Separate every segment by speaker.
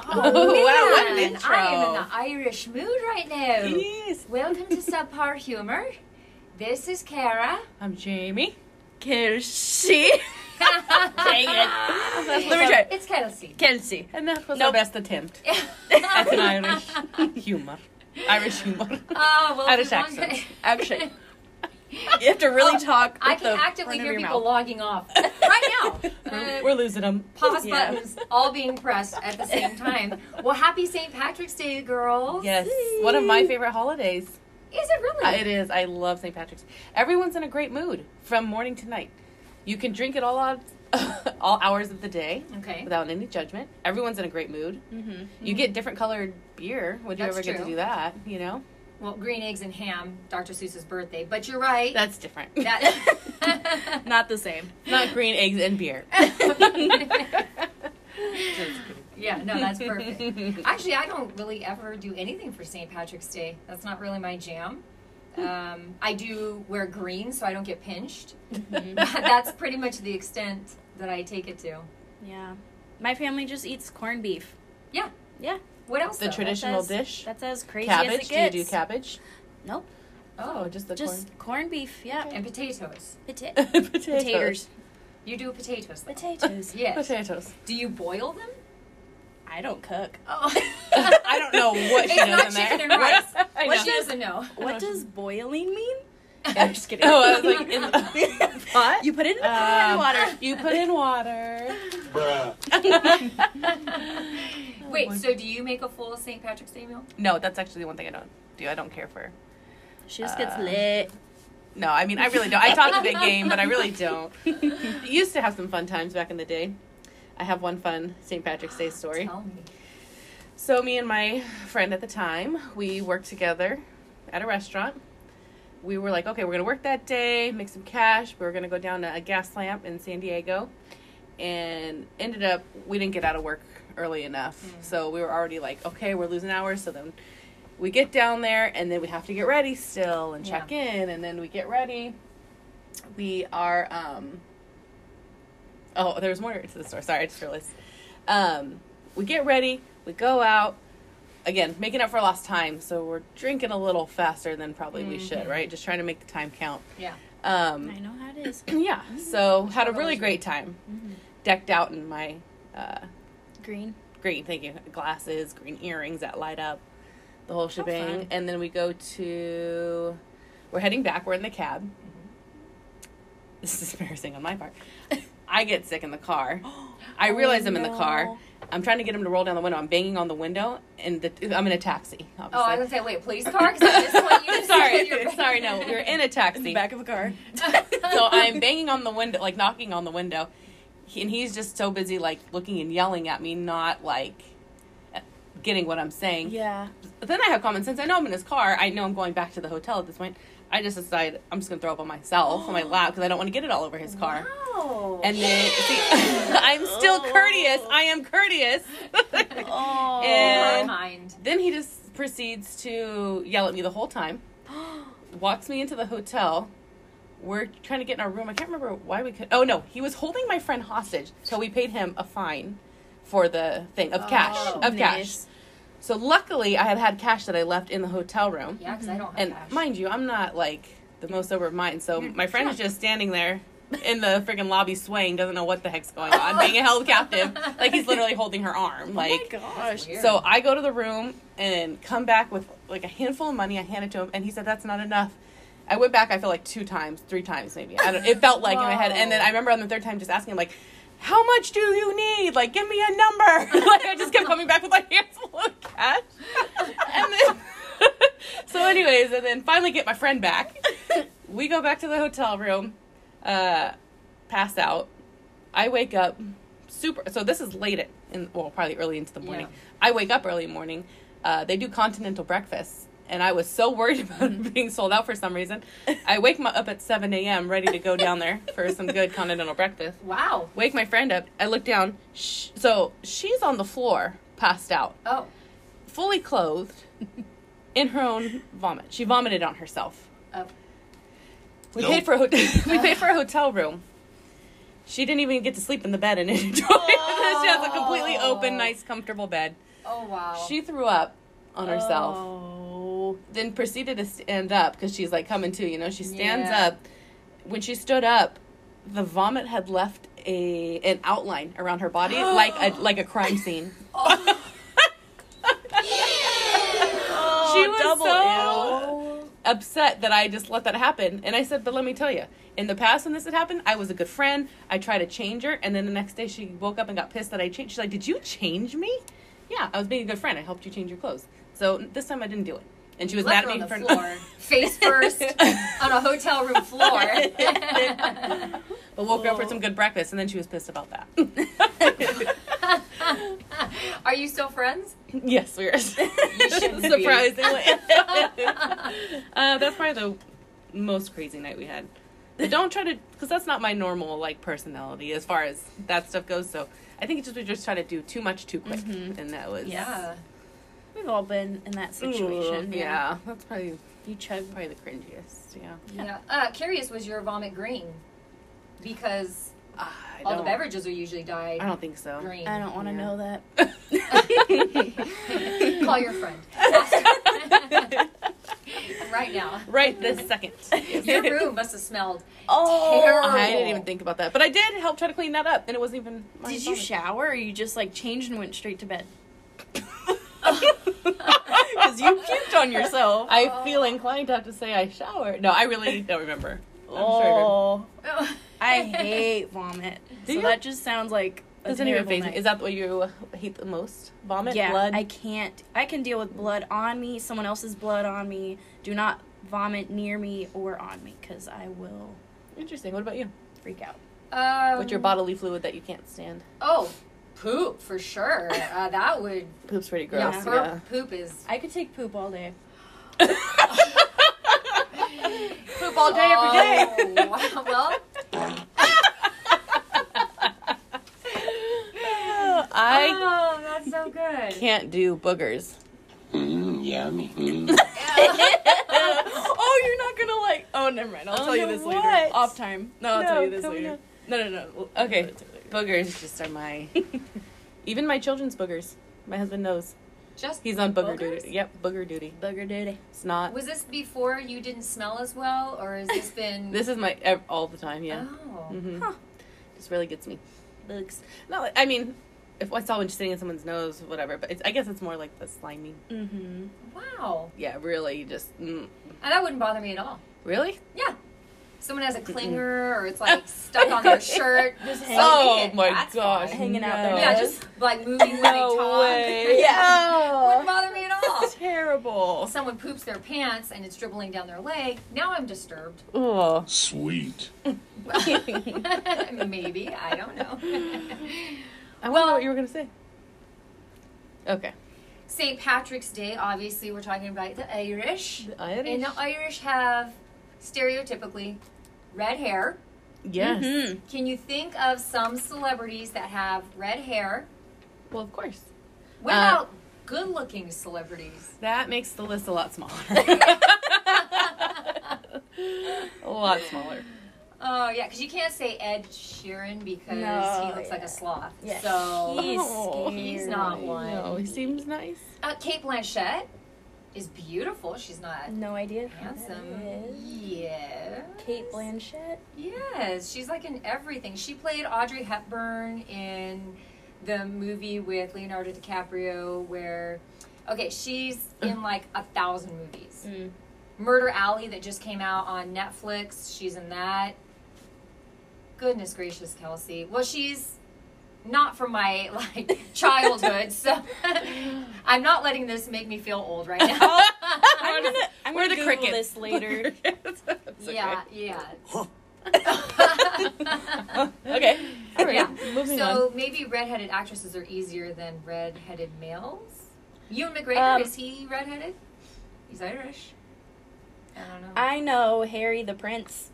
Speaker 1: Oh,
Speaker 2: Wow, what an
Speaker 1: man, I am in
Speaker 2: intro.
Speaker 1: an Irish mood right now.
Speaker 2: Yes.
Speaker 1: Welcome to Subpar Humor. This is Cara.
Speaker 2: I'm Jamie.
Speaker 3: Kelsey.
Speaker 2: Dang
Speaker 3: Let me try.
Speaker 1: It's Kelsey.
Speaker 3: Kelsey.
Speaker 2: And that was
Speaker 3: Nope.
Speaker 2: the best attempt at an Irish humor. Irish humor.
Speaker 1: Oh, well, if
Speaker 2: Irish
Speaker 1: you want to-
Speaker 2: accents.
Speaker 3: Actually, you have to really
Speaker 1: Oh,
Speaker 3: talk.
Speaker 1: I
Speaker 3: with
Speaker 1: can
Speaker 3: the
Speaker 1: actively
Speaker 3: front of
Speaker 1: hear
Speaker 3: your
Speaker 1: people
Speaker 3: mouth.
Speaker 1: logging off right now. Uh,
Speaker 2: We're, we're losing them.
Speaker 1: pause
Speaker 3: Yeah.
Speaker 1: buttons all being pressed at the same time. Well, happy St. Patrick's Day, girls.
Speaker 2: Yes. One of my favorite holidays.
Speaker 1: Is it really?
Speaker 2: Uh, it is. I love St. Patrick's. Everyone's in a great mood from morning to night. You can drink at all odds, all hours of the day
Speaker 1: Okay.
Speaker 2: without any judgment. Everyone's in a great mood. You get different colored beer. Would you
Speaker 1: Mm-hmm. That's
Speaker 2: ever get
Speaker 1: true.
Speaker 2: to do that? You know,
Speaker 1: Well, green eggs and ham, Dr. Seuss's birthday. But you're right.
Speaker 2: that's different.
Speaker 1: That-
Speaker 3: Not the same.
Speaker 2: Not green eggs and beer.
Speaker 1: yeah, no, that's perfect. Actually, I don't really ever do anything for St. Patrick's Day. That's not really my jam. Um, I do wear green so I don't get pinched.
Speaker 2: Mm-hmm.
Speaker 1: that's pretty much the extent that I take it to.
Speaker 3: Yeah. My family just eats corned beef.
Speaker 1: Yeah.
Speaker 3: Yeah.
Speaker 1: What else?
Speaker 2: The
Speaker 1: though?
Speaker 2: tradition- Traditional
Speaker 3: That's-
Speaker 2: dish?
Speaker 3: That's as crazy as
Speaker 2: cabbage?
Speaker 3: it
Speaker 2: Do you
Speaker 3: gets.
Speaker 2: do cabbage?
Speaker 3: Nope.
Speaker 2: Oh, just the
Speaker 3: just corned beef. Yeah.
Speaker 1: and potatoes.
Speaker 3: Pota-
Speaker 2: corn. potatoes.
Speaker 3: potatoes.
Speaker 1: You do potatoes. Though.
Speaker 3: Potatoes.
Speaker 1: Yes.
Speaker 2: Potatoes.
Speaker 1: Do you boil them?
Speaker 3: I don't cook.
Speaker 1: Oh.
Speaker 2: I don't know what she
Speaker 1: It's
Speaker 2: does
Speaker 1: not
Speaker 2: in there.
Speaker 1: chicken and rice.
Speaker 2: I
Speaker 1: What
Speaker 2: know.
Speaker 1: she doesn't know.
Speaker 3: What does boiling mean?
Speaker 2: I'm just kidding. Oh, I was like, in the pot?
Speaker 3: You put it in the
Speaker 2: Um,
Speaker 3: boiling water.
Speaker 2: You put in water.
Speaker 4: Bruh.
Speaker 1: Wait,
Speaker 2: boy.
Speaker 1: so do you make a full St. Patrick's Day meal?
Speaker 2: No, that's actually the one thing I don't do. I don't care for.
Speaker 3: She just gets
Speaker 2: uh,
Speaker 3: lit.
Speaker 2: No, I mean, I really don't. I talk a big game, but I really don't. used to have some fun times back in the day. I have one fun St. Patrick's Day story.
Speaker 1: Tell me.
Speaker 2: So, me and my friend at the time, we worked together at a restaurant. We were like, okay, we're going to work that day, make some cash. We were going to go down to a gas lamp in San Diego. And ended up, we didn't get out of work early enough. So, we were already like, okay, we're losing hours. So then we get down there and then we have to get ready still and check in. And then we get ready. We are, um, oh, there's more to the store. Sorry, I just realized. Um, we get ready, we go out. Again, making up for lost time, so we're drinking a little faster than probably we should, right? Just trying to make the time count.
Speaker 1: Yeah.
Speaker 2: Um,
Speaker 3: I know how it is.
Speaker 2: yeah, so had a
Speaker 1: Totally.
Speaker 2: really great time. Decked out in my uh,
Speaker 3: Green.
Speaker 2: green, thank you, glasses, green earrings that light up, the whole shebang.
Speaker 3: fun.
Speaker 2: And then we go to, we're heading back, we're in the cab. This is embarrassing on my part. I get sick in the car. I realize I'm in the car.
Speaker 3: Oh, no.
Speaker 2: I'm trying to get him to roll down the window. I'm banging on the window, and the, I'm in a taxi. Obviously.
Speaker 1: Oh, I was gonna say, wait, police car? Because I just want you to
Speaker 2: sorry, sorry. No, we were in a
Speaker 3: In
Speaker 2: taxi.
Speaker 3: the back of a car.
Speaker 2: so I'm banging on the window, like knocking on the window, he, and he's just so busy, like looking and yelling at me, not like getting what I'm saying.
Speaker 3: Yeah.
Speaker 2: But then I have common sense. I know I'm in his car. I know I'm going back to the hotel at this point. I just decide I'm just gonna throw up on myself on my lap because I don't want to get it all over his car.
Speaker 1: Wow.
Speaker 2: And then see, I'm still courteous. I am courteous.
Speaker 3: Oh.
Speaker 2: And-
Speaker 1: mind.
Speaker 2: Then he just proceeds to yell at me the whole time. Walks me into the hotel. We're trying to get in our room. I can't remember why we could. Oh no, he was holding my friend hostage, so we paid him a fine for the thing of cash
Speaker 1: Oh,
Speaker 2: of
Speaker 3: nice.
Speaker 2: cash. So luckily, I had had cash that I left in the hotel room.
Speaker 1: Yeah, because I
Speaker 3: Oh,
Speaker 1: don't have
Speaker 2: Mm-hmm. And
Speaker 1: cash.
Speaker 2: mind you, I'm not like the most sober of mind, so my friend is just standing there in the freaking lobby swaying, doesn't know what the heck's going on, being held captive. Like he's literally holding her arm. Like
Speaker 3: oh my gosh.
Speaker 1: Weird.
Speaker 2: so I go to the room and come back with like a handful of money. I hand it to him, and he said, "That's not enough." I went back. I feel like two times, three times, maybe. I don't, it felt like in my head, and then I remember on the third time just asking him, like, "How much do you need? Like, give me a number." like I just kept coming back with like hands full of cash, and then. so, anyways, and then finally get my friend back. We go back to the hotel room, uh, pass out. I wake up super. So this is late at, in well, probably early into the morning.
Speaker 1: Yeah.
Speaker 2: I wake up early morning. Uh, they do continental breakfast, and I was so worried about it being sold out for some reason. I wake my, up at seven a.m. ready to go down there for some good continental breakfast.
Speaker 1: wow.
Speaker 2: Wake my friend up. I look down. Sh- so she's on the floor, passed out,
Speaker 1: Oh,
Speaker 2: fully clothed, in her own vomit. She vomited on herself.
Speaker 1: oh.
Speaker 2: We
Speaker 4: Nope.
Speaker 2: paid for a hot we paid for a hotel room. She didn't even get to sleep in the bed and enjoy it. she has a completely open, nice, comfortable bed.
Speaker 1: Oh wow.
Speaker 2: She threw up on herself.
Speaker 3: Oh.
Speaker 2: Then proceeded to stand up because she's like coming to, you know. She stands
Speaker 1: Yeah.
Speaker 2: up. When she stood up, the vomit had left a an outline around her body, like a like a crime scene.
Speaker 1: Oh
Speaker 3: Oh,
Speaker 2: She was
Speaker 3: double
Speaker 2: so-
Speaker 3: ill.
Speaker 2: upset that I just let that happen. And I said, but let me tell you, in the past when this had happened, I was a good friend. I tried to change her, and then the next day she woke up and got pissed that I changed. She's like, did you change me? Yeah, I was being a good friend. I helped you change your clothes. So this time I didn't do it, and she was
Speaker 1: Left
Speaker 2: mad
Speaker 1: her
Speaker 2: at me
Speaker 1: on the
Speaker 2: for
Speaker 1: floor, face first, on a hotel room floor.
Speaker 2: but woke her up for some good breakfast, and then she was pissed about that.
Speaker 1: Are you still friends?
Speaker 2: yes, we are.
Speaker 1: shouldn't be.
Speaker 2: Surprisingly, uh, that's probably the most crazy night we had. But don't try to, because that's not my normal like personality as far as that stuff goes. So I think it's just we just try to do too much too quick, and that was
Speaker 1: Yeah.
Speaker 3: We've all been in that
Speaker 2: Ooh,
Speaker 3: situation.
Speaker 2: yeah. that's probably
Speaker 3: You chug.
Speaker 2: probably the cringiest. Yeah,
Speaker 1: Yeah. Uh, curious, was your vomit green? Because
Speaker 2: I
Speaker 1: all the
Speaker 2: don't-
Speaker 1: beverages are usually dyed
Speaker 2: I don't think so.
Speaker 1: green.
Speaker 3: I don't want to
Speaker 2: Yeah.
Speaker 3: know that.
Speaker 1: Call your friend right now.
Speaker 2: right this second.
Speaker 1: Your room must have smelled.
Speaker 3: Oh.
Speaker 1: Terrible.
Speaker 2: I didn't even think about that, but I did help try to clean that up, and it wasn't even. my
Speaker 3: Did you
Speaker 2: fault.
Speaker 3: shower or you just like changed and went straight to bed?
Speaker 2: Because
Speaker 3: Because you puked on yourself.
Speaker 2: I feel inclined to have to say I showered. No, I really don't remember. I'm sure
Speaker 3: oh. I hate vomit.
Speaker 2: Do
Speaker 3: so
Speaker 2: you?
Speaker 3: that just sounds like
Speaker 2: it
Speaker 3: a
Speaker 2: doesn't even
Speaker 3: terrible
Speaker 2: phase me.
Speaker 3: night.
Speaker 2: Is that what you hate the most? Vomit,
Speaker 3: yeah,
Speaker 2: blood.
Speaker 3: I can't. I can deal with blood on me, someone else's blood on me. Do not vomit near me or on me because I will
Speaker 2: Interesting. What about you?
Speaker 3: freak out.
Speaker 1: Um,
Speaker 2: What's your bodily fluid that you can't stand?
Speaker 1: Oh, poop for sure. Uh, that would.
Speaker 2: Poop's pretty
Speaker 1: No,
Speaker 2: gross.
Speaker 1: poop,
Speaker 2: Yeah.
Speaker 1: poop is
Speaker 3: I could take poop all day.
Speaker 2: Poop all day, every day.
Speaker 1: Oh, well,
Speaker 2: I
Speaker 1: oh, that's so good.
Speaker 2: can't do boogers.
Speaker 4: Mmm, yummy. Mm.
Speaker 3: oh, you're not gonna like. Oh, never mind. I'll
Speaker 2: Oh,
Speaker 3: tell you
Speaker 2: no,
Speaker 3: this
Speaker 2: what?
Speaker 3: later. Off time. No, I'll
Speaker 2: No,
Speaker 3: tell you this
Speaker 2: come
Speaker 3: later.
Speaker 2: on.
Speaker 3: No, no, no. I'll
Speaker 2: Okay.
Speaker 3: tell you
Speaker 2: Boogers just are my.
Speaker 3: later.
Speaker 2: Even my children's boogers. My husband knows.
Speaker 1: Just
Speaker 2: He's on booger
Speaker 3: Boogers?
Speaker 2: duty. Yep, booger duty.
Speaker 3: Booger duty.
Speaker 2: It's not.
Speaker 1: was this before you didn't smell as well, or has this been?
Speaker 2: This is my ev- all the time. Yeah.
Speaker 1: Oh.
Speaker 2: Mm-hmm.
Speaker 3: Huh.
Speaker 2: Just really gets me.
Speaker 3: Bugs.
Speaker 2: No, I mean, if I saw one sitting in someone's nose, whatever. But it's, I guess it's more like the slimy.
Speaker 3: Mm-hmm.
Speaker 1: Wow.
Speaker 2: Yeah, really, just mm,
Speaker 1: And that wouldn't bother me at all.
Speaker 2: really.
Speaker 1: Yeah. Someone has a clinger, or it's like stuck on their shirt.
Speaker 3: Just
Speaker 1: So
Speaker 3: hang-
Speaker 2: oh
Speaker 1: be it.
Speaker 2: my
Speaker 1: That's
Speaker 2: gosh,
Speaker 1: fine.
Speaker 3: Hanging out there.
Speaker 2: no.
Speaker 1: Yeah, just like moving when they
Speaker 2: no
Speaker 1: talk.
Speaker 2: way.
Speaker 1: Wouldn't
Speaker 2: Yeah.
Speaker 1: bother me at all.
Speaker 2: Terrible.
Speaker 1: Someone poops their pants and it's dribbling down their leg. Now I'm disturbed.
Speaker 2: Oh.
Speaker 4: Sweet.
Speaker 1: Maybe I don't know.
Speaker 2: I wonder what you were gonna say. Okay.
Speaker 1: St. Patrick's Day, obviously, we're talking about the Irish.
Speaker 2: The Irish.
Speaker 1: And the Irish have stereotypically red hair.
Speaker 2: yes.
Speaker 3: Mhm.
Speaker 1: Can you think of some celebrities that have red hair?
Speaker 2: Well, of course.
Speaker 1: What
Speaker 2: Uh,
Speaker 1: about good looking celebrities?
Speaker 2: That makes the list a lot smaller. a lot smaller.
Speaker 1: Oh, yeah, because you can't say Ed Sheeran because
Speaker 3: No,
Speaker 1: he looks like
Speaker 3: yeah.
Speaker 1: a sloth.
Speaker 3: Yeah.
Speaker 1: So
Speaker 3: He's
Speaker 2: Oh,
Speaker 1: he's not one.
Speaker 2: No, he seems nice.
Speaker 1: Uh, Kate Blanchett is beautiful. She's not
Speaker 3: No idea. who that
Speaker 1: handsome.
Speaker 3: is.
Speaker 1: Yeah.
Speaker 3: Kate Blanchett.
Speaker 1: Yes, she's like in everything. She played Audrey Hepburn in the movie with Leonardo DiCaprio, where, okay, she's in like a thousand movies.
Speaker 3: Mm.
Speaker 1: Murder Alley that just came out on Netflix, she's in that. Goodness gracious, Kelsey. Well, she's not from my like childhood, so I'm not letting this make me feel old right now.
Speaker 3: I'm gonna, I'm
Speaker 2: We're
Speaker 3: gonna
Speaker 2: the
Speaker 3: Google
Speaker 2: cricket.
Speaker 3: this later.
Speaker 2: It's okay.
Speaker 1: Yeah, yeah.
Speaker 2: okay. All right.
Speaker 1: Yeah.
Speaker 2: Moving on.
Speaker 1: So maybe redheaded actresses are easier than redheaded males. Ewan McGregor
Speaker 2: Um,
Speaker 1: is he redheaded? He's Irish. I don't know.
Speaker 3: I know Harry the Prince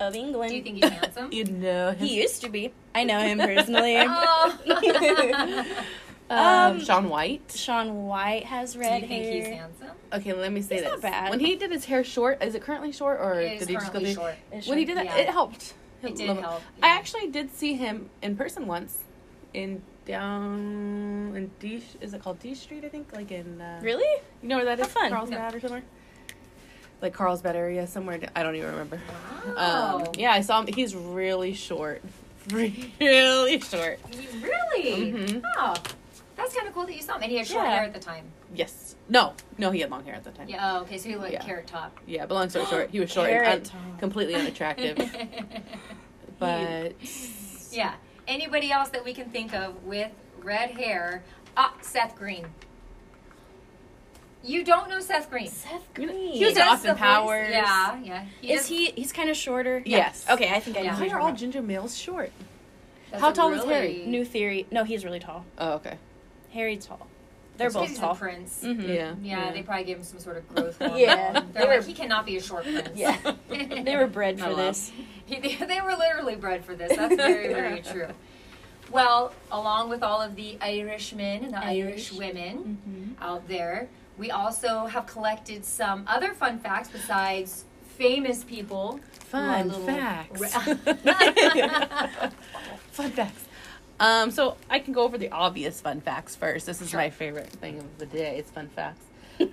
Speaker 3: of England.
Speaker 1: Do you think he's handsome?
Speaker 2: You know him.
Speaker 3: he used to be? I know him personally.
Speaker 1: Oh.
Speaker 2: um,
Speaker 3: Um,
Speaker 2: Sean White.
Speaker 3: Sean White has
Speaker 1: Do
Speaker 3: red
Speaker 1: you think
Speaker 3: hair.
Speaker 1: he's handsome?
Speaker 2: Okay, let me say
Speaker 3: He's
Speaker 2: this.
Speaker 3: not bad.
Speaker 2: When he did his hair short, is it currently short or
Speaker 1: It is
Speaker 2: did he just go
Speaker 1: currently
Speaker 2: big?
Speaker 1: short.
Speaker 3: Is
Speaker 2: When he
Speaker 3: Sean-
Speaker 2: did that,
Speaker 1: Yeah.
Speaker 2: it helped.
Speaker 1: It did
Speaker 2: Love
Speaker 1: help.
Speaker 2: I
Speaker 1: yeah.
Speaker 2: actually did see him in person once in down in D. Is it called D Street? I think, like in. Uh,
Speaker 3: Really?
Speaker 2: You know where that
Speaker 3: How
Speaker 2: is?
Speaker 3: fun.
Speaker 2: Carlsbad or somewhere. Like Carlsbad area, somewhere. d- I don't even remember.
Speaker 1: Wow.
Speaker 2: Um, yeah, I saw him. He's really short. Really short.
Speaker 1: Really?
Speaker 2: Mhm.
Speaker 1: Oh, that's kind of cool that you saw him. And he had short
Speaker 2: Yeah.
Speaker 1: hair at the time.
Speaker 2: Yes. No. No, he had long hair at the time.
Speaker 1: Yeah. Oh, okay. So he looked
Speaker 2: Yeah.
Speaker 1: carrot top.
Speaker 2: Yeah, but long story short, he was short and
Speaker 3: Carrot
Speaker 2: un-
Speaker 3: top.
Speaker 2: completely unattractive. but
Speaker 1: yeah. Anybody else that we can think of with red hair? Ah, Seth Green. You don't know Seth Green.
Speaker 3: Seth
Speaker 2: You know,
Speaker 3: Green.
Speaker 2: he was
Speaker 1: That's
Speaker 2: Austin
Speaker 1: the voice-
Speaker 2: Powers.
Speaker 1: Yeah, yeah. He
Speaker 3: is he? He's kind of shorter.
Speaker 2: Yes.
Speaker 3: Yeah. Okay, I think I
Speaker 1: Yeah.
Speaker 3: know. who
Speaker 2: why
Speaker 3: you're
Speaker 2: are all
Speaker 3: talking
Speaker 2: ginger males short?
Speaker 1: That's
Speaker 2: How
Speaker 1: a
Speaker 2: tall was Harry?
Speaker 3: about. new theory? No, he's really tall.
Speaker 2: Oh, okay.
Speaker 3: Harry's tall. They're
Speaker 1: He's
Speaker 3: both
Speaker 1: a
Speaker 3: tall.
Speaker 1: prince.
Speaker 3: Mhm.
Speaker 2: Yeah.
Speaker 1: Yeah, they probably gave him some sort of growth hormone.
Speaker 3: Yeah.
Speaker 1: They're
Speaker 3: They were-
Speaker 1: like, he cannot be a short prince.
Speaker 3: Yeah. They were bred
Speaker 2: Not
Speaker 3: for
Speaker 2: allowed.
Speaker 3: this.
Speaker 1: He- they, they were literally bred for this. That's very, very true. Well, along with all of the Irishmen and the Irish,
Speaker 3: Irish.
Speaker 1: women
Speaker 2: Mm-hmm.
Speaker 1: out there, we also have collected some other fun facts besides famous people. who are
Speaker 2: Fun
Speaker 1: little-
Speaker 2: facts.
Speaker 1: Re-
Speaker 2: fun facts. Um, so I can go over the obvious fun facts first. This is
Speaker 1: Sure.
Speaker 2: my favorite thing of the day. It's fun facts.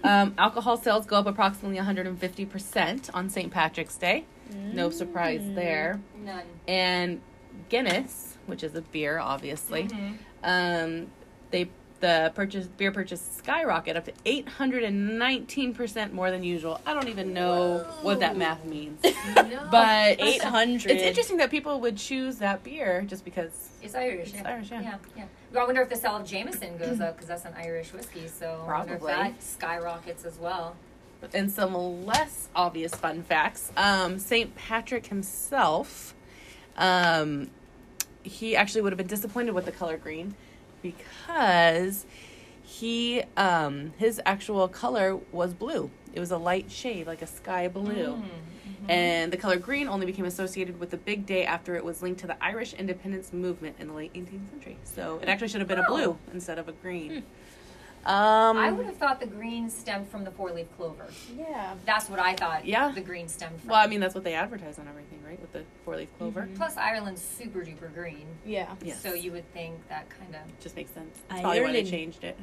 Speaker 2: um, alcohol sales go up approximately 150 percent on St. Patrick's Day. No surprise there.
Speaker 1: None.
Speaker 2: And Guinness, which is a beer, obviously, um, they the purchase beer purchase skyrocket up to 819 percent more than usual. I don't even know what that
Speaker 1: Whoa.
Speaker 2: math means,
Speaker 1: No.
Speaker 2: but
Speaker 3: Eight hundred.
Speaker 2: it's interesting that people would choose that beer just because
Speaker 1: It's Irish.
Speaker 2: It's Irish, yeah.
Speaker 1: yeah. yeah. Well, I wonder if the sale of Jameson goes up because that's an Irish whiskey. So I
Speaker 2: Probably.
Speaker 1: wonder if that skyrockets as well.
Speaker 2: and some less obvious fun facts. Um, St. Patrick himself, um, he actually would have been disappointed with the color green because he um, his actual color was blue. It was a light shade, like a sky
Speaker 1: Mm,
Speaker 2: blue.
Speaker 1: mm-hmm.
Speaker 2: And the color green only became associated with the big day after it was linked to the Irish independence movement in the late 18th century. So it actually should have been a
Speaker 1: Oh. Hmm.
Speaker 2: blue instead of a green. Um,
Speaker 1: I would have thought the green stemmed from the four leaf clover.
Speaker 3: Yeah.
Speaker 1: That's what I thought.
Speaker 2: Yeah.
Speaker 1: The green stemmed from.
Speaker 2: Well, I mean, that's what they advertise on everything, right? With the four leaf clover.
Speaker 1: Plus, Ireland's super duper green.
Speaker 3: Yeah.
Speaker 2: Yes.
Speaker 1: So you would think that kind of.
Speaker 2: Just makes sense. That's probably why they
Speaker 3: Ireland.
Speaker 2: changed it.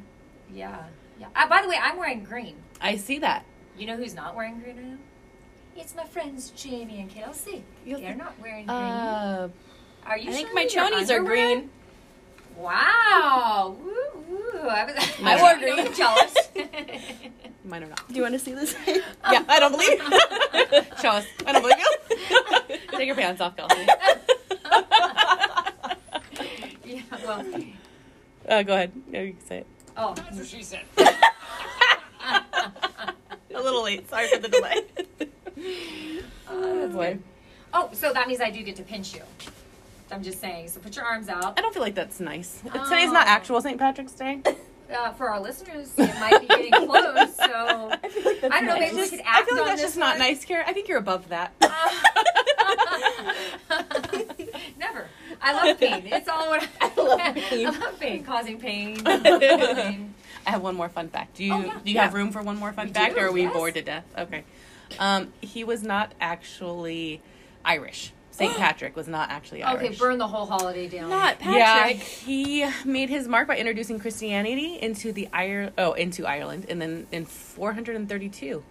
Speaker 1: Yeah. Yeah. Uh, by the way, I'm wearing green.
Speaker 2: I see that.
Speaker 1: You know who's not wearing green right now? It's my friends Jamie and Kelsey.
Speaker 2: You'll
Speaker 1: They're
Speaker 2: see-
Speaker 1: not wearing green.
Speaker 2: Uh,
Speaker 1: are you
Speaker 3: I think
Speaker 1: sure
Speaker 3: my
Speaker 1: your
Speaker 3: chonies are
Speaker 1: underwear?
Speaker 3: green.
Speaker 1: Wow. Woo, woo. I, was,
Speaker 2: I
Speaker 3: wore
Speaker 1: you know,
Speaker 3: green.
Speaker 1: jealous.
Speaker 2: mine are not.
Speaker 3: Do you want to see this?
Speaker 2: Yeah, I don't believe. Show us. I don't believe you. Take your pants off, Kelsey.
Speaker 1: yeah, well,
Speaker 2: Uh, go ahead. Yeah, you can say it.
Speaker 1: oh.
Speaker 2: A little late. Sorry for the delay.
Speaker 1: Uh,
Speaker 2: Boy.
Speaker 1: oh, so that means I do get to pinch you. I'm just saying. So put your arms out.
Speaker 2: I don't feel like that's nice. Today's not
Speaker 1: Oh.
Speaker 2: actual St. Patrick's Day.
Speaker 1: uh, for our listeners, it might be getting close. So
Speaker 3: I feel like that's
Speaker 1: I don't know,
Speaker 3: nice.
Speaker 1: maybe we could
Speaker 2: I
Speaker 1: act
Speaker 2: feel like
Speaker 1: on
Speaker 2: that's
Speaker 1: this
Speaker 2: just not
Speaker 1: one.
Speaker 2: nice, Kara. I think you're above that.
Speaker 1: uh, Never. I love pain. It's all what I,
Speaker 3: love pain.
Speaker 1: I love pain. Causing pain. Pain.
Speaker 2: I have one more fun fact. Do you
Speaker 1: Oh, yeah.
Speaker 2: do you have room for one more fun
Speaker 1: We
Speaker 2: fact,
Speaker 1: do,
Speaker 2: or are we
Speaker 1: yes.
Speaker 2: bored to death? Okay. Um, he was not actually Irish. Saint Patrick was not actually Irish.
Speaker 1: okay, burn the whole holiday down.
Speaker 3: Not
Speaker 2: Yeah,
Speaker 3: Patrick.
Speaker 2: he made his mark by introducing Christianity into the Ire- oh into Ireland, and then in 432,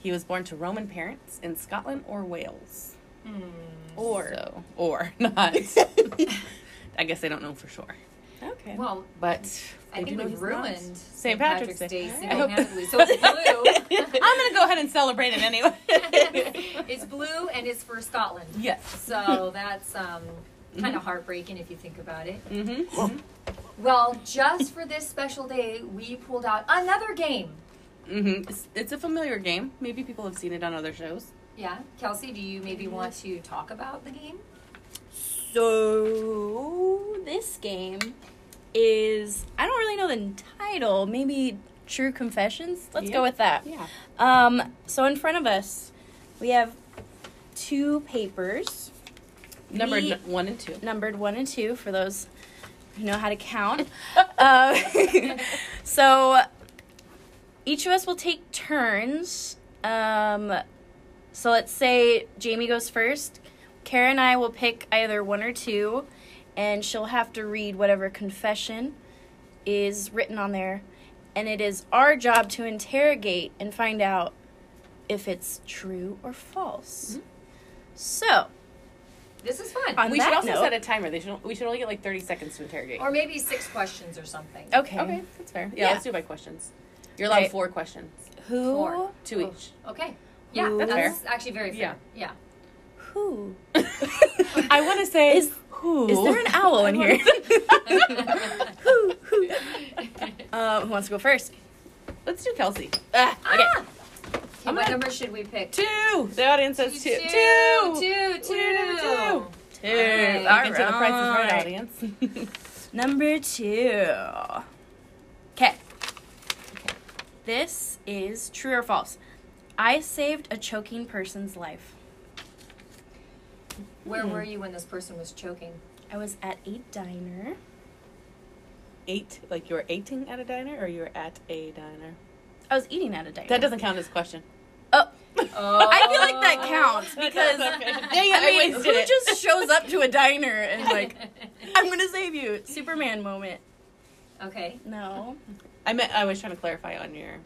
Speaker 2: he was born to Roman parents in Scotland or Wales,
Speaker 1: Hmm.
Speaker 3: Or.
Speaker 2: so, or not. I guess they don't know for sure,
Speaker 3: okay.
Speaker 1: Well,
Speaker 2: but
Speaker 1: I
Speaker 2: they do
Speaker 1: think
Speaker 2: know
Speaker 1: we've
Speaker 2: he's not.
Speaker 1: ruined
Speaker 2: St. Patrick's Day. I hope-
Speaker 1: single-handedly. So it's blue.
Speaker 2: I'm gonna go ahead and celebrate it anyway.
Speaker 1: it's blue and it's for Scotland.
Speaker 2: yes.
Speaker 1: So that's um, kind of heartbreaking if you think about it.
Speaker 2: Mm-hmm.
Speaker 1: Well, just for this special day, we pulled out another game.
Speaker 2: Mm-hmm. It's, it's a familiar game. Maybe people have seen it on other shows.
Speaker 1: Yeah, Kelsey, do you maybe want to talk about the game?
Speaker 3: So this game is I don't really know the title. Maybe True Confessions. Let's
Speaker 2: Yeah.
Speaker 3: go with that.
Speaker 2: Yeah.
Speaker 3: Um, so in front of us, we have two papers
Speaker 2: Number
Speaker 3: We-
Speaker 2: n- one and two.
Speaker 3: numbered one and two for those who know how to count. uh, so each of us will take turns. Um, so let's say Jamie goes first. Kara and I will pick either one or two, and she'll have to read whatever confession is written on there. And it is our job to interrogate and find out if it's true or false. So,
Speaker 1: This is fun.
Speaker 3: On
Speaker 2: we should
Speaker 3: that
Speaker 2: also
Speaker 3: note-
Speaker 2: set a timer. They should. We should only get like thirty seconds to interrogate.
Speaker 1: or maybe six questions or something.
Speaker 3: okay.
Speaker 2: okay, that's fair. Yeah,
Speaker 3: Yeah.
Speaker 2: let's do by questions. You're allowed
Speaker 3: Right.
Speaker 2: four questions,
Speaker 3: Who
Speaker 1: Four.
Speaker 2: two
Speaker 1: Oh.
Speaker 2: each.
Speaker 1: Okay. Yeah,
Speaker 3: Who-
Speaker 1: that's
Speaker 2: That's
Speaker 1: actually very fair. Yeah.
Speaker 3: who
Speaker 2: I want to say
Speaker 3: Is-
Speaker 2: who
Speaker 3: Is there an owl in here? who, who? Uh, who wants to go first?
Speaker 2: Let's do Kelsey.
Speaker 3: Okay.
Speaker 1: Ah! Okay,
Speaker 2: I'm
Speaker 1: what
Speaker 2: gonna-
Speaker 1: number should we pick?
Speaker 2: Two. The audience says two.
Speaker 1: Two, two, two.
Speaker 2: We're gonna do two.
Speaker 3: Two.
Speaker 1: Alright.
Speaker 2: You can tell the price is right,
Speaker 3: Alright.
Speaker 2: audience.
Speaker 3: Number two. Okay. This is true or false. I saved a choking person's life.
Speaker 1: Where were you when this person was choking?
Speaker 3: I was at a diner.
Speaker 2: Eight. Like you were eighting at a diner, or you were at a diner.
Speaker 3: I was eating at a diner.
Speaker 2: That doesn't count as a question.
Speaker 3: Oh,
Speaker 1: Oh.
Speaker 3: I feel like that counts because
Speaker 2: Dang it,
Speaker 3: I mean,
Speaker 2: wasted
Speaker 3: who
Speaker 2: it.
Speaker 3: just shows up to a diner and is like, "I'm gonna save you," Superman moment.
Speaker 1: okay.
Speaker 3: No,
Speaker 2: I meant I was trying to clarify on your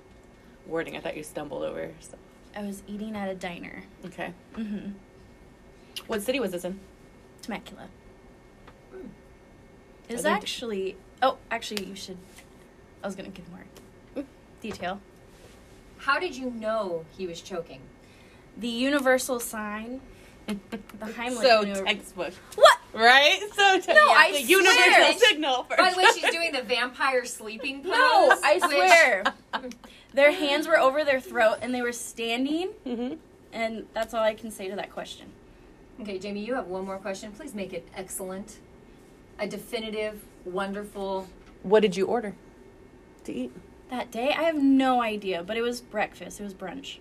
Speaker 2: wording. I thought you stumbled over. So.
Speaker 3: I was eating at a diner.
Speaker 2: Okay.
Speaker 3: Mm-hmm.
Speaker 2: What city was this in?
Speaker 3: Temecula.
Speaker 1: Hmm.
Speaker 3: It was
Speaker 2: I lived-
Speaker 3: actually. Oh, actually, you should. I was gonna give more detail.
Speaker 1: How did you know he was choking?
Speaker 3: The universal sign. The Heimlich.
Speaker 2: so
Speaker 3: maneuver-
Speaker 2: textbook,
Speaker 3: what?
Speaker 2: right? So te-
Speaker 3: No, I
Speaker 2: the
Speaker 3: swear.
Speaker 2: universal signal. For
Speaker 1: By the way, she's doing the vampire sleeping pose.
Speaker 3: No, I
Speaker 1: which-
Speaker 3: swear. their hands were over their throat and they were standing,
Speaker 2: hmm
Speaker 3: and that's all I can say to that question.
Speaker 1: Okay, Jamie, you have one more question. Please make it excellent, a definitive, wonderful.
Speaker 2: What did you order to eat?
Speaker 3: That day, I have no idea, but it was breakfast. It was brunch.